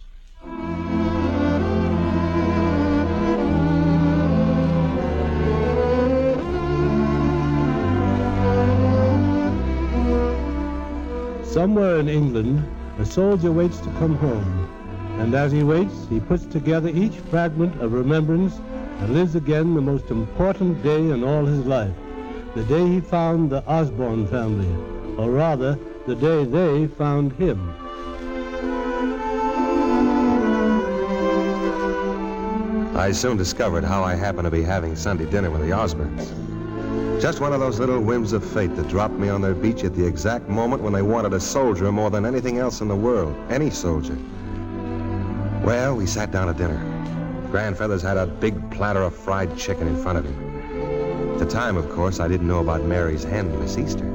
S2: Somewhere in England, a soldier waits to come home, and as he waits, he puts together each fragment of remembrance and lives again the most important day in all his life, the day he found the Osborne family, or rather, the day they found him.
S1: I soon discovered how I happened to be having Sunday dinner with the Osborns. Just one of those little whims of fate that dropped me on their beach at the exact moment when they wanted a soldier more than anything else in the world, any soldier. Well, we sat down to dinner. Grandfeathers had a big platter of fried chicken in front of him. At the time, of course, I didn't know about Mary's hen, Miss Easter.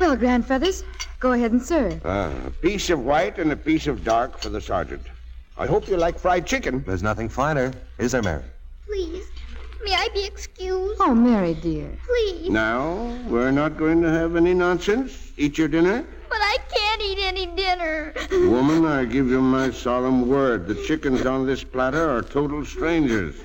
S5: Well, Grandfeathers, go ahead and serve.
S3: Ah, a piece of white and a piece of dark for the sergeant. I hope you like fried chicken.
S1: There's nothing finer, is there, Mary?
S4: Please, may I be excused?
S5: Oh, Mary, dear.
S4: Please.
S3: Now, we're not going to have any nonsense. Eat your dinner.
S4: But I can't eat any dinner.
S3: Woman, uh, I give you my solemn word. The chickens on this platter are total strangers.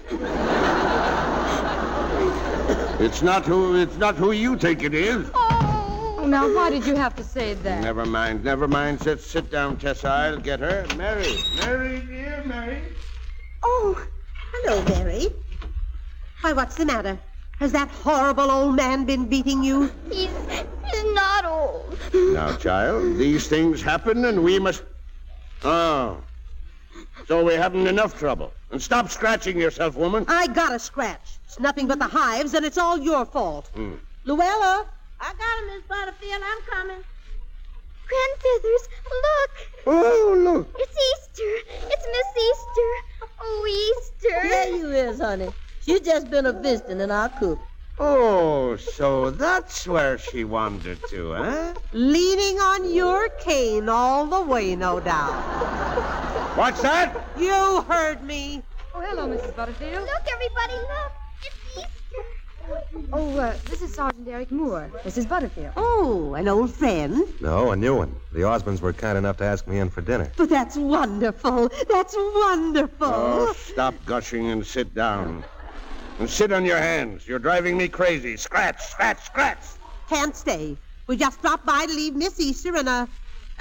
S3: it's not who it's not who you think it is.
S5: Oh, now, why did you have to say that?
S3: Never mind, never mind. Sit sit down, Tessa. I'll get her. Mary. Mary, dear Mary.
S20: Oh, hello, Mary. Why, what's the matter? Has that horrible old man been beating you?
S4: He's, he's not old.
S3: Now, child, these things happen and we must Oh. So we're having enough trouble. And stop scratching yourself, woman.
S20: I got a scratch. It's nothing but the hives, and it's all your fault.
S3: Hmm.
S20: Luella,
S17: I got him, Miss Butterfield. I'm coming.
S4: Grandfeathers, look.
S3: Oh, look.
S4: It's Easter. It's Miss Easter. Oh, Easter.
S21: There you is, honey. She's just been a visiting in our coop.
S3: Oh, so that's where she wandered to, eh? huh?
S20: leaning on your cane all the way, no doubt.
S3: What's that?
S20: You heard me.
S5: Oh, hello, Mrs. Butterfield.
S4: Look, everybody, look. It's Easter.
S5: Oh, uh, this is Sergeant Eric Moore. This is Butterfield.
S20: Oh, an old friend.
S1: No, a new one. The Osmonds were kind enough to ask me in for dinner.
S20: But that's wonderful. That's wonderful.
S3: Oh, stop gushing and sit down. And sit on your hands. You're driving me crazy. Scratch, scratch, scratch.
S20: Can't stay. We just dropped by to leave Miss Easter and a,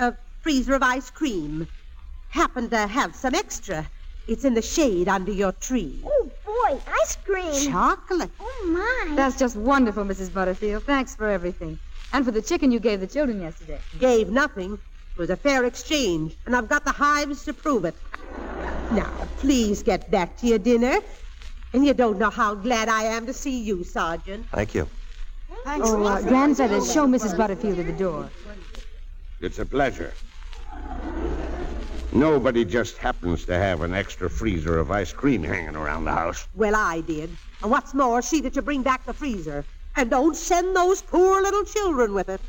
S20: a freezer of ice cream. Happened to have some extra. It's in the shade under your tree.
S4: Oh, boy, ice cream.
S5: Chocolate.
S4: Oh, my.
S5: That's just wonderful, Mrs. Butterfield. Thanks for everything. And for the chicken you gave the children yesterday.
S20: Gave nothing. It was a fair exchange, and I've got the hives to prove it. Now, please get back to your dinner. And you don't know how glad I am to see you, Sergeant.
S1: Thank you.
S5: Thanks. Oh, uh, Grandfather, show Mrs. Butterfield to the door.
S3: It's a pleasure. Nobody just happens to have an extra freezer of ice cream hanging around the house.
S20: Well, I did. And what's more, see that you bring back the freezer. And don't send those poor little children with it.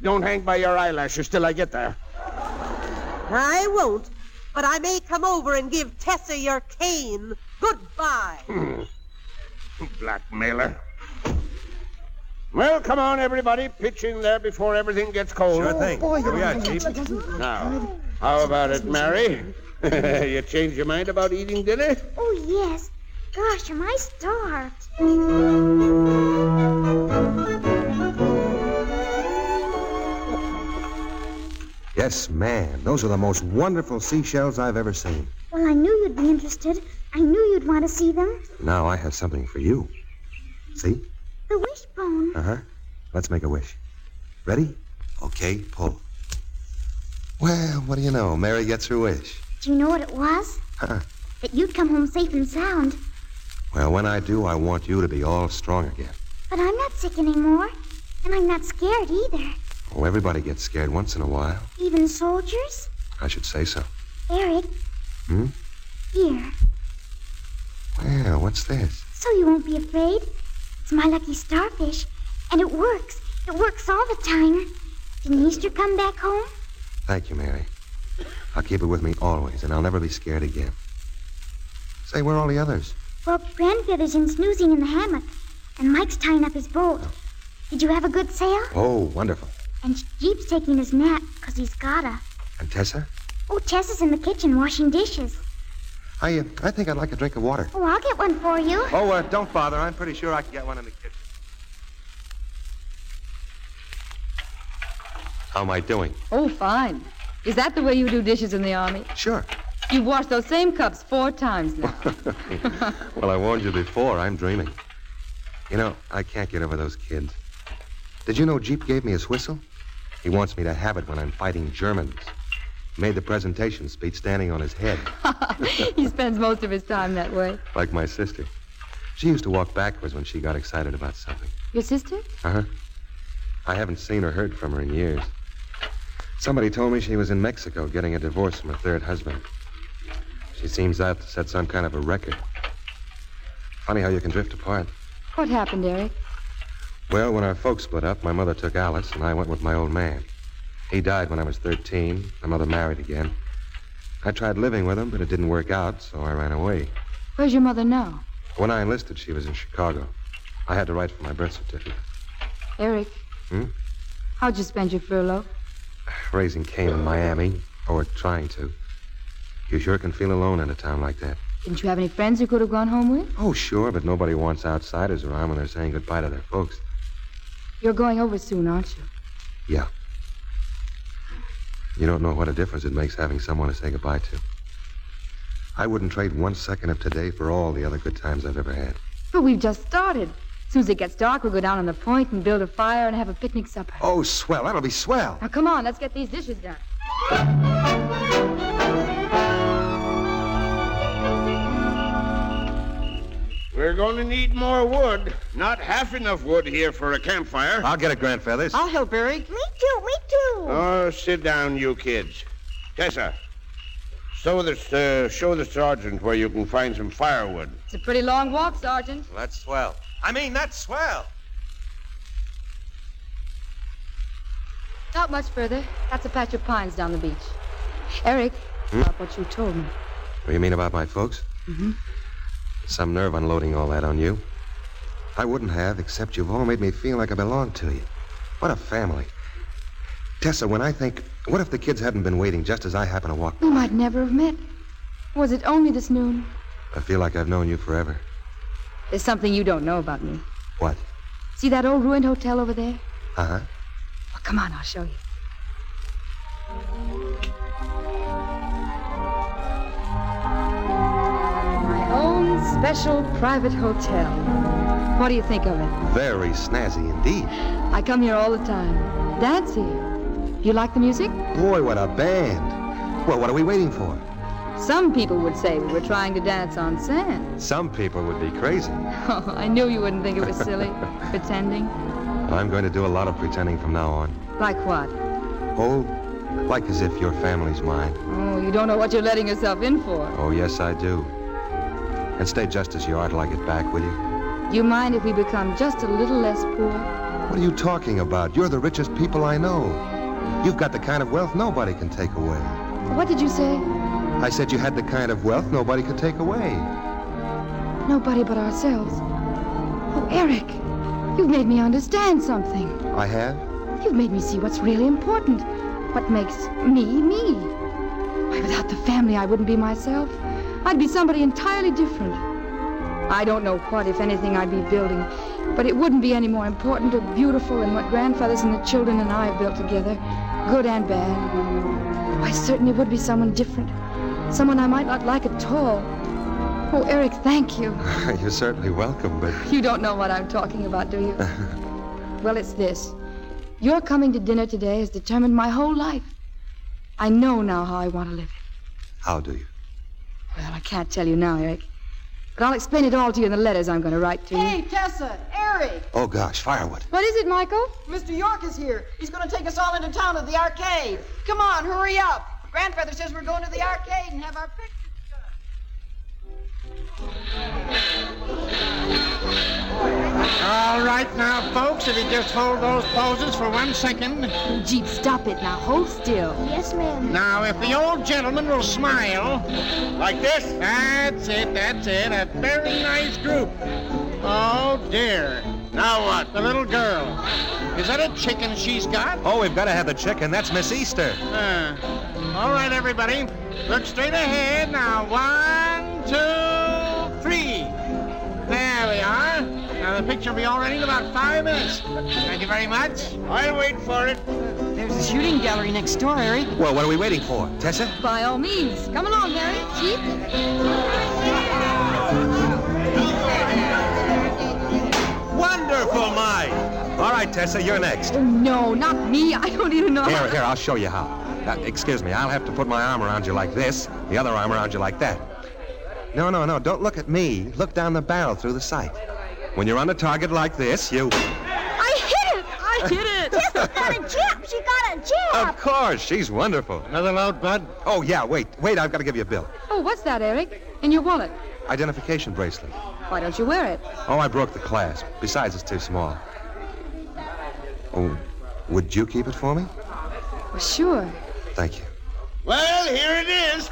S3: Don't hang by your eyelashes till I get there.
S20: I won't. But I may come over and give Tessa your cane. Goodbye.
S3: Hmm. Blackmailer. Well, come on, everybody. Pitch in there before everything gets cold.
S19: Sure
S9: Oh,
S19: thing.
S3: Boy,
S19: Here we are, Chief.
S3: Now, how about it, Mary? you changed your mind about eating dinner?
S4: Oh, yes. Gosh, am I starved?
S1: Yes, man. Those are the most wonderful seashells I've ever seen.
S4: Well, I knew you'd be interested. I knew you'd want to see them.
S1: Now I have something for you. See?
S4: The wishbone.
S1: Uh huh. Let's make a wish. Ready? Okay, pull. Well, what do you know? Mary gets her wish.
S4: Do you know what it was?
S1: Huh.
S4: That you'd come home safe and sound.
S1: Well, when I do, I want you to be all strong again.
S4: But I'm not sick anymore. And I'm not scared either.
S1: Oh, everybody gets scared once in a while.
S4: Even soldiers?
S1: I should say so.
S4: Eric,
S1: Hmm?
S4: here.
S1: Well, what's this?
S4: So you won't be afraid. It's my lucky starfish. And it works. It works all the time. Didn't Easter come back home?
S1: Thank you, Mary. I'll keep it with me always, and I'll never be scared again. Say, where are all the others?
S4: Well, Grandfather's in snoozing in the hammock. And Mike's tying up his boat. Did you have a good sail?
S1: Oh, wonderful.
S4: And Jeep's taking his nap because he's gotta.
S1: And Tessa?
S4: Oh, Tess is in the kitchen washing dishes.
S1: I, uh, I think I'd like a drink of water.
S4: Oh, I'll get one for you.
S1: Oh, uh, don't bother. I'm pretty sure I can get one in the kitchen. How am I doing?
S5: Oh, fine. Is that the way you do dishes in the Army?
S1: Sure.
S5: You've washed those same cups four times now.
S1: Well, I warned you before. I'm dreaming. You know, I can't get over those kids. Did you know Jeep gave me his whistle? He wants me to have it when I'm fighting Germans. Made the presentation speech standing on his head,
S5: he spends most of his time that way.
S1: like my sister. She used to walk backwards when she got excited about something.
S5: Your sister?
S1: Uh huh. I haven't seen or heard from her in years. Somebody told me she was in Mexico getting a divorce from her third husband. She seems out to set some kind of a record. Funny how you can drift apart.
S5: What happened, Eric?
S1: Well, when our folks split up, my mother took Alice, and I went with my old man. He died when I was 13. My mother married again. I tried living with him, but it didn't work out, so I ran away.
S5: Where's your mother now?
S1: When I enlisted, she was in Chicago. I had to write for my birth certificate.
S5: Eric,
S1: Hmm?
S5: how'd you spend your furlough?
S1: Raising Cain in Miami, or trying to. You sure can feel alone in a town like that.
S5: Didn't you have any friends you could have gone home with?
S1: Oh, sure, but nobody wants outsiders around when they're saying goodbye to their folks.
S5: You're going over soon, aren't you?
S1: Yeah. You don't know what a difference it makes having someone to say goodbye to. I wouldn't trade one second of today for all the other good times I've ever had.
S5: But we've just started. As soon as it gets dark, we'll go down on the point and build a fire and have a picnic supper.
S1: Oh, swell. That'll be swell.
S5: Now, come on, let's get these dishes done.
S3: We're going to need more wood. Not half enough wood here for a campfire.
S1: I'll get it, Grandfeathers.
S9: I'll help Eric.
S4: Me too, me too.
S3: Oh, sit down, you kids. Tessa, show the, uh, show the sergeant where you can find some firewood.
S5: It's a pretty long walk, Sergeant.
S1: That's swell. I mean, that's swell.
S5: Not much further. That's a patch of pines down the beach. Eric,
S1: Hmm?
S5: about what you told me.
S1: What do you mean about my folks?
S5: Mm-hmm.
S1: Some nerve unloading all that on you. I wouldn't have, except you've all made me feel like I belong to you. What a family. Tessa, when I think, what if the kids hadn't been waiting just as I happen to walk?
S5: We might never have met. Was it only this noon?
S1: I feel like I've known you forever.
S5: There's something you don't know about me.
S1: What?
S5: See that old ruined hotel over there?
S1: Uh huh.
S5: Well, come on, I'll show you. My own special private hotel. What do you think of it?
S1: Very snazzy indeed.
S5: I come here all the time. Dance here. You like the music?
S1: Boy, what a band. Well, what are we waiting for?
S5: Some people would say we were trying to dance on sand.
S1: Some people would be crazy.
S5: Oh, I knew you wouldn't think it was silly, pretending.
S1: I'm going to do a lot of pretending from now on.
S5: Like what?
S1: Oh, like as if your family's mine.
S5: Oh, you don't know what you're letting yourself in for.
S1: Oh, yes, I do. And stay just as you are till I get back, will you?
S5: Do you mind if we become just a little less poor?
S1: What are you talking about? You're the richest people I know. You've got the kind of wealth nobody can take away.
S5: What did you say?
S1: I said you had the kind of wealth nobody could take away.
S5: Nobody but ourselves. Oh, Eric, you've made me understand something.
S1: I have?
S5: You've made me see what's really important. What makes me me. Why, without the family, I wouldn't be myself. I'd be somebody entirely different. I don't know what, if anything, I'd be building, but it wouldn't be any more important or beautiful than what grandfathers and the children and I have built together, good and bad. Why, certainly would be someone different. Someone I might not like at all. Oh, Eric, thank you.
S1: You're certainly welcome, but.
S5: You don't know what I'm talking about, do you? well, it's this. Your coming to dinner today has determined my whole life. I know now how I want to live it.
S1: How do you?
S5: Well, I can't tell you now, Eric. But I'll explain it all to you in the letters I'm going to write to you.
S6: Hey, Tessa, Eric,
S1: Oh, gosh, firewood.
S5: What is it, Michael?
S6: Mr. York is here. He's going to take us all into town to the arcade. Come on, hurry up. Grandfather says we're going to the arcade and have our picture.
S3: All right now, folks, if you just hold those poses for one second.
S5: Jeep, stop it now. Hold still.
S4: Yes, ma'am.
S3: Now, if the old gentleman will smile, like this. That's it, that's it. A very nice group. Oh, dear. Now what? The little girl. Is that a chicken she's got?
S1: Oh, we've got to have a chicken. That's Miss Easter.
S3: Uh, all right, everybody. Look straight ahead now. One, two, three. There we are. Now, the picture will be all ready in about five minutes. Thank you very much. I'll wait for it.
S6: There's a shooting gallery next door, Eric.
S1: Well, what are we waiting for? Tessa?
S5: By all means. Come along, Harry. Jeep.
S1: Wonderful, Mike. Oh, All right, Tessa, you're next.
S5: Oh, no, not me. I don't even know.
S1: Here, here, I'll show you how. Uh, excuse me, I'll have to put my arm around you like this, the other arm around you like that. No, no, no, don't look at me. Look down the barrel through the sight. When you're on a target like this, you.
S4: I hit it! I hit it! Tessa got a jab! She got a jab!
S1: Of course, she's wonderful. Another load, bud? Oh, yeah, wait, wait, I've got to give you a bill.
S5: Oh, what's that, Eric? In your wallet.
S1: Identification bracelet.
S5: Why don't you wear it?
S1: Oh, I broke the clasp. Besides, it's too small. Oh, would you keep it for me?
S5: Well, sure.
S1: Thank you.
S3: Well, here it is.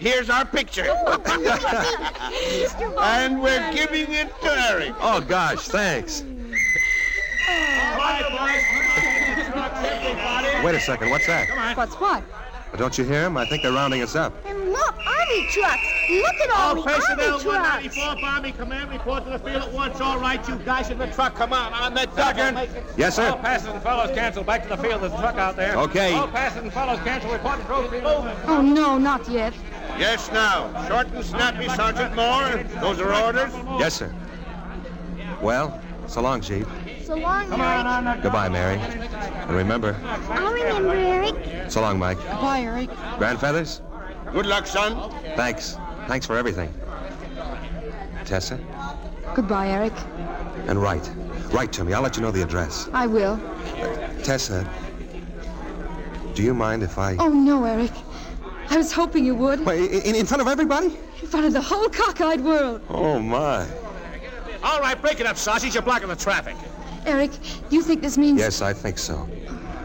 S3: Here's our picture. and we're giving it to Eric.
S1: Oh, gosh, thanks. Wait a second, what's that?
S5: What's what?
S1: Don't you hear them? I think they're rounding us up.
S4: And look, army trucks! Look at all the army trucks!
S3: 194 Army Command, report to the field at once. All right, you guys in the truck, come on, on the duggan.
S1: Yes, sir.
S7: All passes and follows cancel. Back to the field. There's a truck out there.
S1: Okay.
S7: All passes and follows cancel. Report to drove field.
S5: Oh, no, not yet.
S3: Yes, now. Short and snappy, Sergeant Moore. Those are orders.
S1: Yes, sir. Well, so long, Jeep.
S4: So long, Eric.
S1: Goodbye, Mary. And remember,
S4: I'll remember, Eric.
S1: so long, Mike.
S6: Goodbye, Eric.
S1: Grandfeathers,
S3: Good luck, son.
S1: thanks. Thanks for everything. Tessa?
S5: Goodbye, Eric.
S1: And write. Write to me. I'll let you know the address.
S5: I will.
S1: Tessa, do you mind if I.
S5: Oh, no, Eric. I was hoping you would.
S1: Wait, in, in front of everybody?
S5: In front of the whole cockeyed world.
S1: Oh, my.
S3: All right, break it up, Sausage. You're blocking the traffic.
S5: Eric, you think this means.
S1: Yes, I think so.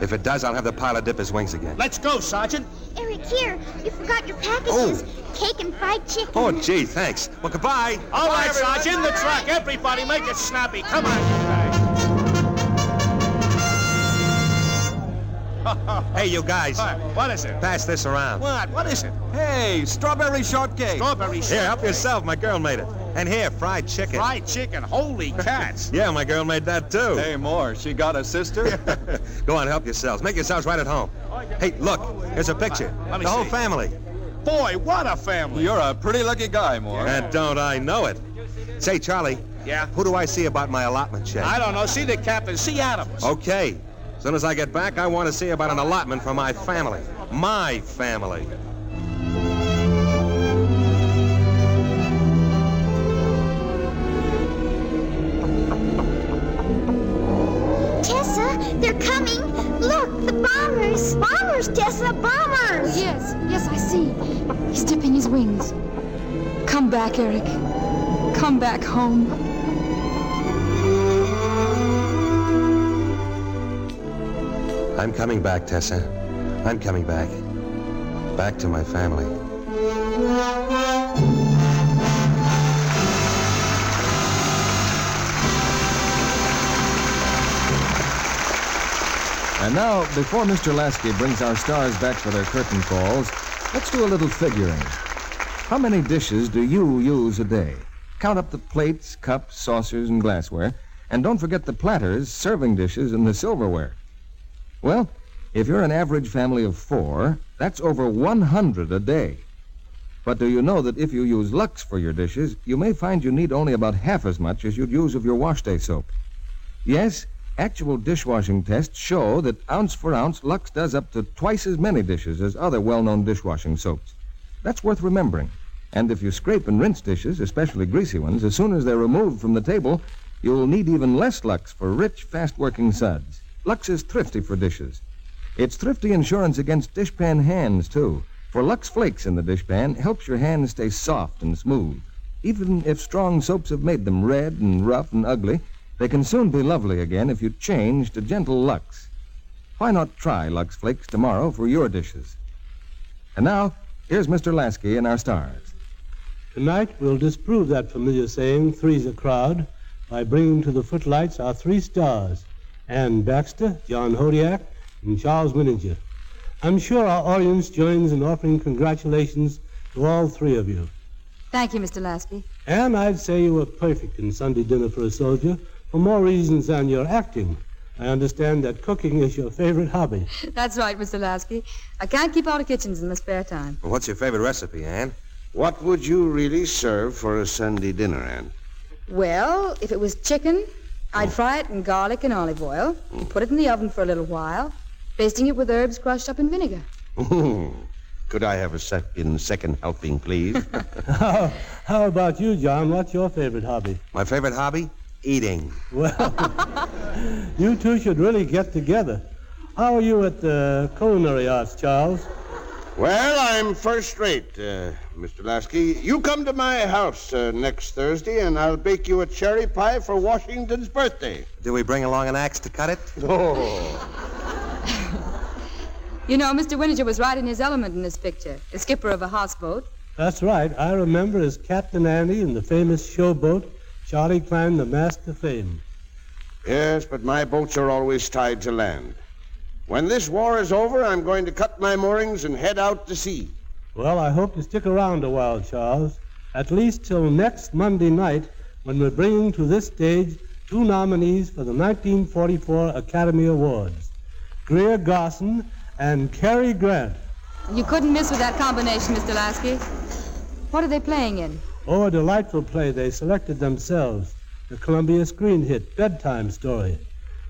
S1: If it does, I'll have the pilot dip his wings again.
S22: Let's go, Sergeant.
S4: Eric, here, you forgot your packages. Cake and fried chicken.
S1: Oh, gee, thanks. Well, goodbye.
S22: All right, Sergeant, in the truck. Everybody, make it snappy. Come on.
S1: Hey, you guys.
S22: What is it?
S1: Pass this around.
S22: What? What is it?
S1: Hey, strawberry shortcake.
S22: Strawberry
S1: Here, help
S22: shortcake.
S1: yourself. My girl made it. And here, fried chicken.
S22: Fried chicken. Holy cats.
S1: Yeah, my girl made that too. Hey, more. She got a sister? Go on, help yourselves. Make yourselves right at home. Hey, look. Here's a picture.
S22: Let me
S1: the whole
S22: see.
S1: family.
S22: Boy, what a family.
S1: You're a pretty lucky guy, Moore. And don't I know it. Say, Charlie.
S22: Yeah?
S1: Who do I see about my allotment check?
S22: I don't know. See the captain. See Adams.
S1: Okay. As soon as I get back, I want to see about an allotment for my family. My family.
S4: Tessa, they're coming. Look, the bombers. Bombers, Tessa, bombers.
S10: Yes, yes, I see. He's dipping his wings. Come back, Eric. Come back home.
S1: I'm coming back, Tessa. I'm coming back. Back to my family.
S11: And now, before Mr. Lasky brings our stars back for their curtain calls, let's do a little figuring. How many dishes do you use a day? Count up the plates, cups, saucers, and glassware, and don't forget the platters, serving dishes, and the silverware. Well, if you're an average family of four, that's over 100 a day. But do you know that if you use Lux for your dishes, you may find you need only about half as much as you'd use of your wash day soap? Yes, actual dishwashing tests show that ounce for ounce, Lux does up to twice as many dishes as other well known dishwashing soaps. That's worth remembering. And if you scrape and rinse dishes, especially greasy ones, as soon as they're removed from the table, you'll need even less Lux for rich, fast working suds. Lux is thrifty for dishes. It's thrifty insurance against dishpan hands, too, for Lux Flakes in the dishpan helps your hands stay soft and smooth. Even if strong soaps have made them red and rough and ugly, they can soon be lovely again if you change to gentle Lux. Why not try Lux Flakes tomorrow for your dishes? And now, here's Mr. Lasky and our stars.
S2: Tonight, we'll disprove that familiar saying, three's a crowd, by bringing to the footlights our three stars, Ann Baxter, John Hodiak, and Charles Winninger. I'm sure our audience joins in offering congratulations to all three of you.
S5: Thank you, Mr. Lasky.
S2: Anne, I'd say you were perfect in Sunday Dinner for a Soldier for more reasons than your acting. I understand that cooking is your favorite hobby.
S5: That's right, Mr. Lasky. I can't keep out of kitchens in my spare time.
S1: What's your favorite recipe, Ann?
S23: What would you really serve for a Sunday dinner, Ann?
S5: Well, if it was chicken, I'd fry it in garlic and olive oil, and put it in the oven for a little while, basting it with herbs crushed up in vinegar.
S23: Ooh. Could I have a second, second helping, please?
S2: how, how about you, John? What's your favorite hobby?
S1: My favorite hobby? Eating.
S2: Well, you two should really get together. How are you at the culinary arts, Charles?
S23: well, I'm first rate, uh, Mr. Lasky. You come to my house uh, next Thursday, and I'll bake you a cherry pie for Washington's birthday.
S1: Do we bring along an axe to cut it?
S23: Oh.
S5: You know, Mr. Winninger was right in his element in this picture, the skipper of a houseboat.
S2: That's right. I remember as Captain Andy in the famous showboat, Charlie climbed the mast to fame.
S23: Yes, but my boats are always tied to land. When this war is over, I'm going to cut my moorings and head out to sea.
S2: Well, I hope you stick around a while, Charles, at least till next Monday night when we're bringing to this stage two nominees for the 1944 Academy Awards Greer Garson and Cary Grant.
S5: You couldn't miss with that combination, Mr. Lasky. What are they playing in?
S2: Oh, a delightful play they selected themselves the Columbia screen hit Bedtime Story.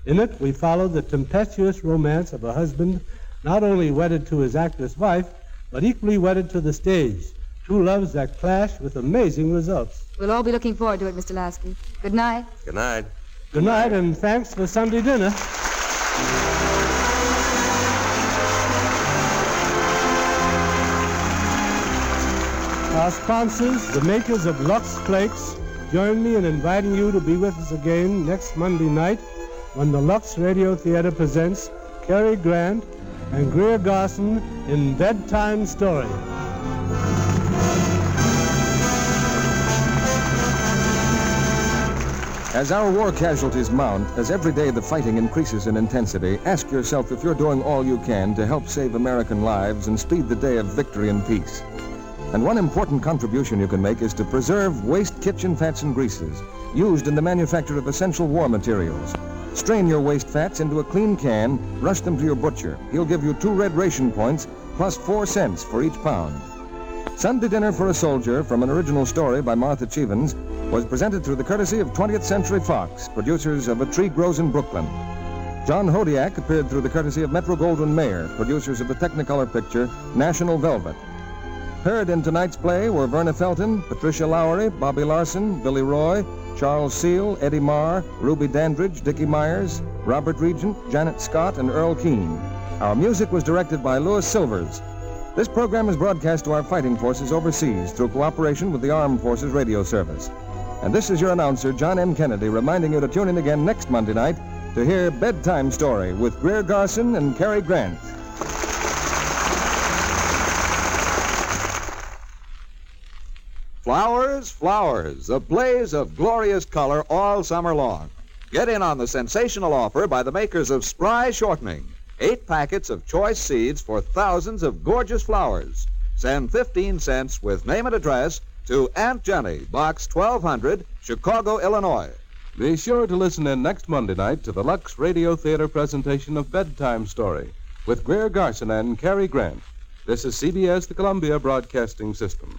S2: In it, we follow the tempestuous romance of a husband not only wedded to his actress wife, but equally wedded to the stage. Two loves that clash with amazing results.
S5: We'll all be looking forward to it, Mr. Lasky. Good night.
S1: Good night.
S2: Good night, and thanks for Sunday dinner. Our sponsors, the makers of Lux Flakes, join me in inviting you to be with us again next Monday night when the Lux Radio Theater presents Cary Grant, and Greer Garson in Bedtime Story.
S11: As our war casualties mount, as every day the fighting increases in intensity, ask yourself if you're doing all you can to help save American lives and speed the day of victory and peace. And one important contribution you can make is to preserve waste kitchen fats and greases used in the manufacture of essential war materials. Strain your waste fats into a clean can, rush them to your butcher. He'll give you two red ration points plus four cents for each pound. Sunday Dinner for a Soldier, from an original story by Martha Chevens, was presented through the courtesy of 20th Century Fox, producers of A Tree Grows in Brooklyn. John Hodiak appeared through the courtesy of Metro Goldwyn Mayer, producers of the Technicolor picture National Velvet. Heard in tonight's play were Verna Felton, Patricia Lowery, Bobby Larson, Billy Roy, Charles Seal, Eddie Marr, Ruby Dandridge, Dickie Myers, Robert Regent, Janet Scott, and Earl Keane. Our music was directed by Louis Silvers. This program is broadcast to our fighting forces overseas through cooperation with the Armed Forces Radio Service. And this is your announcer, John M. Kennedy, reminding you to tune in again next Monday night to hear Bedtime Story with Greer Garson and Cary Grant.
S12: Flowers, flowers, a blaze of glorious color all summer long. Get in on the sensational offer by the makers of Spry Shortening. Eight packets of choice seeds for thousands of gorgeous flowers. Send 15 cents with name and address to Aunt Jenny, Box 1200, Chicago, Illinois.
S16: Be sure to listen in next Monday night to the Lux Radio Theater presentation of Bedtime Story with Greer Garson and Cary Grant. This is CBS, the Columbia Broadcasting System.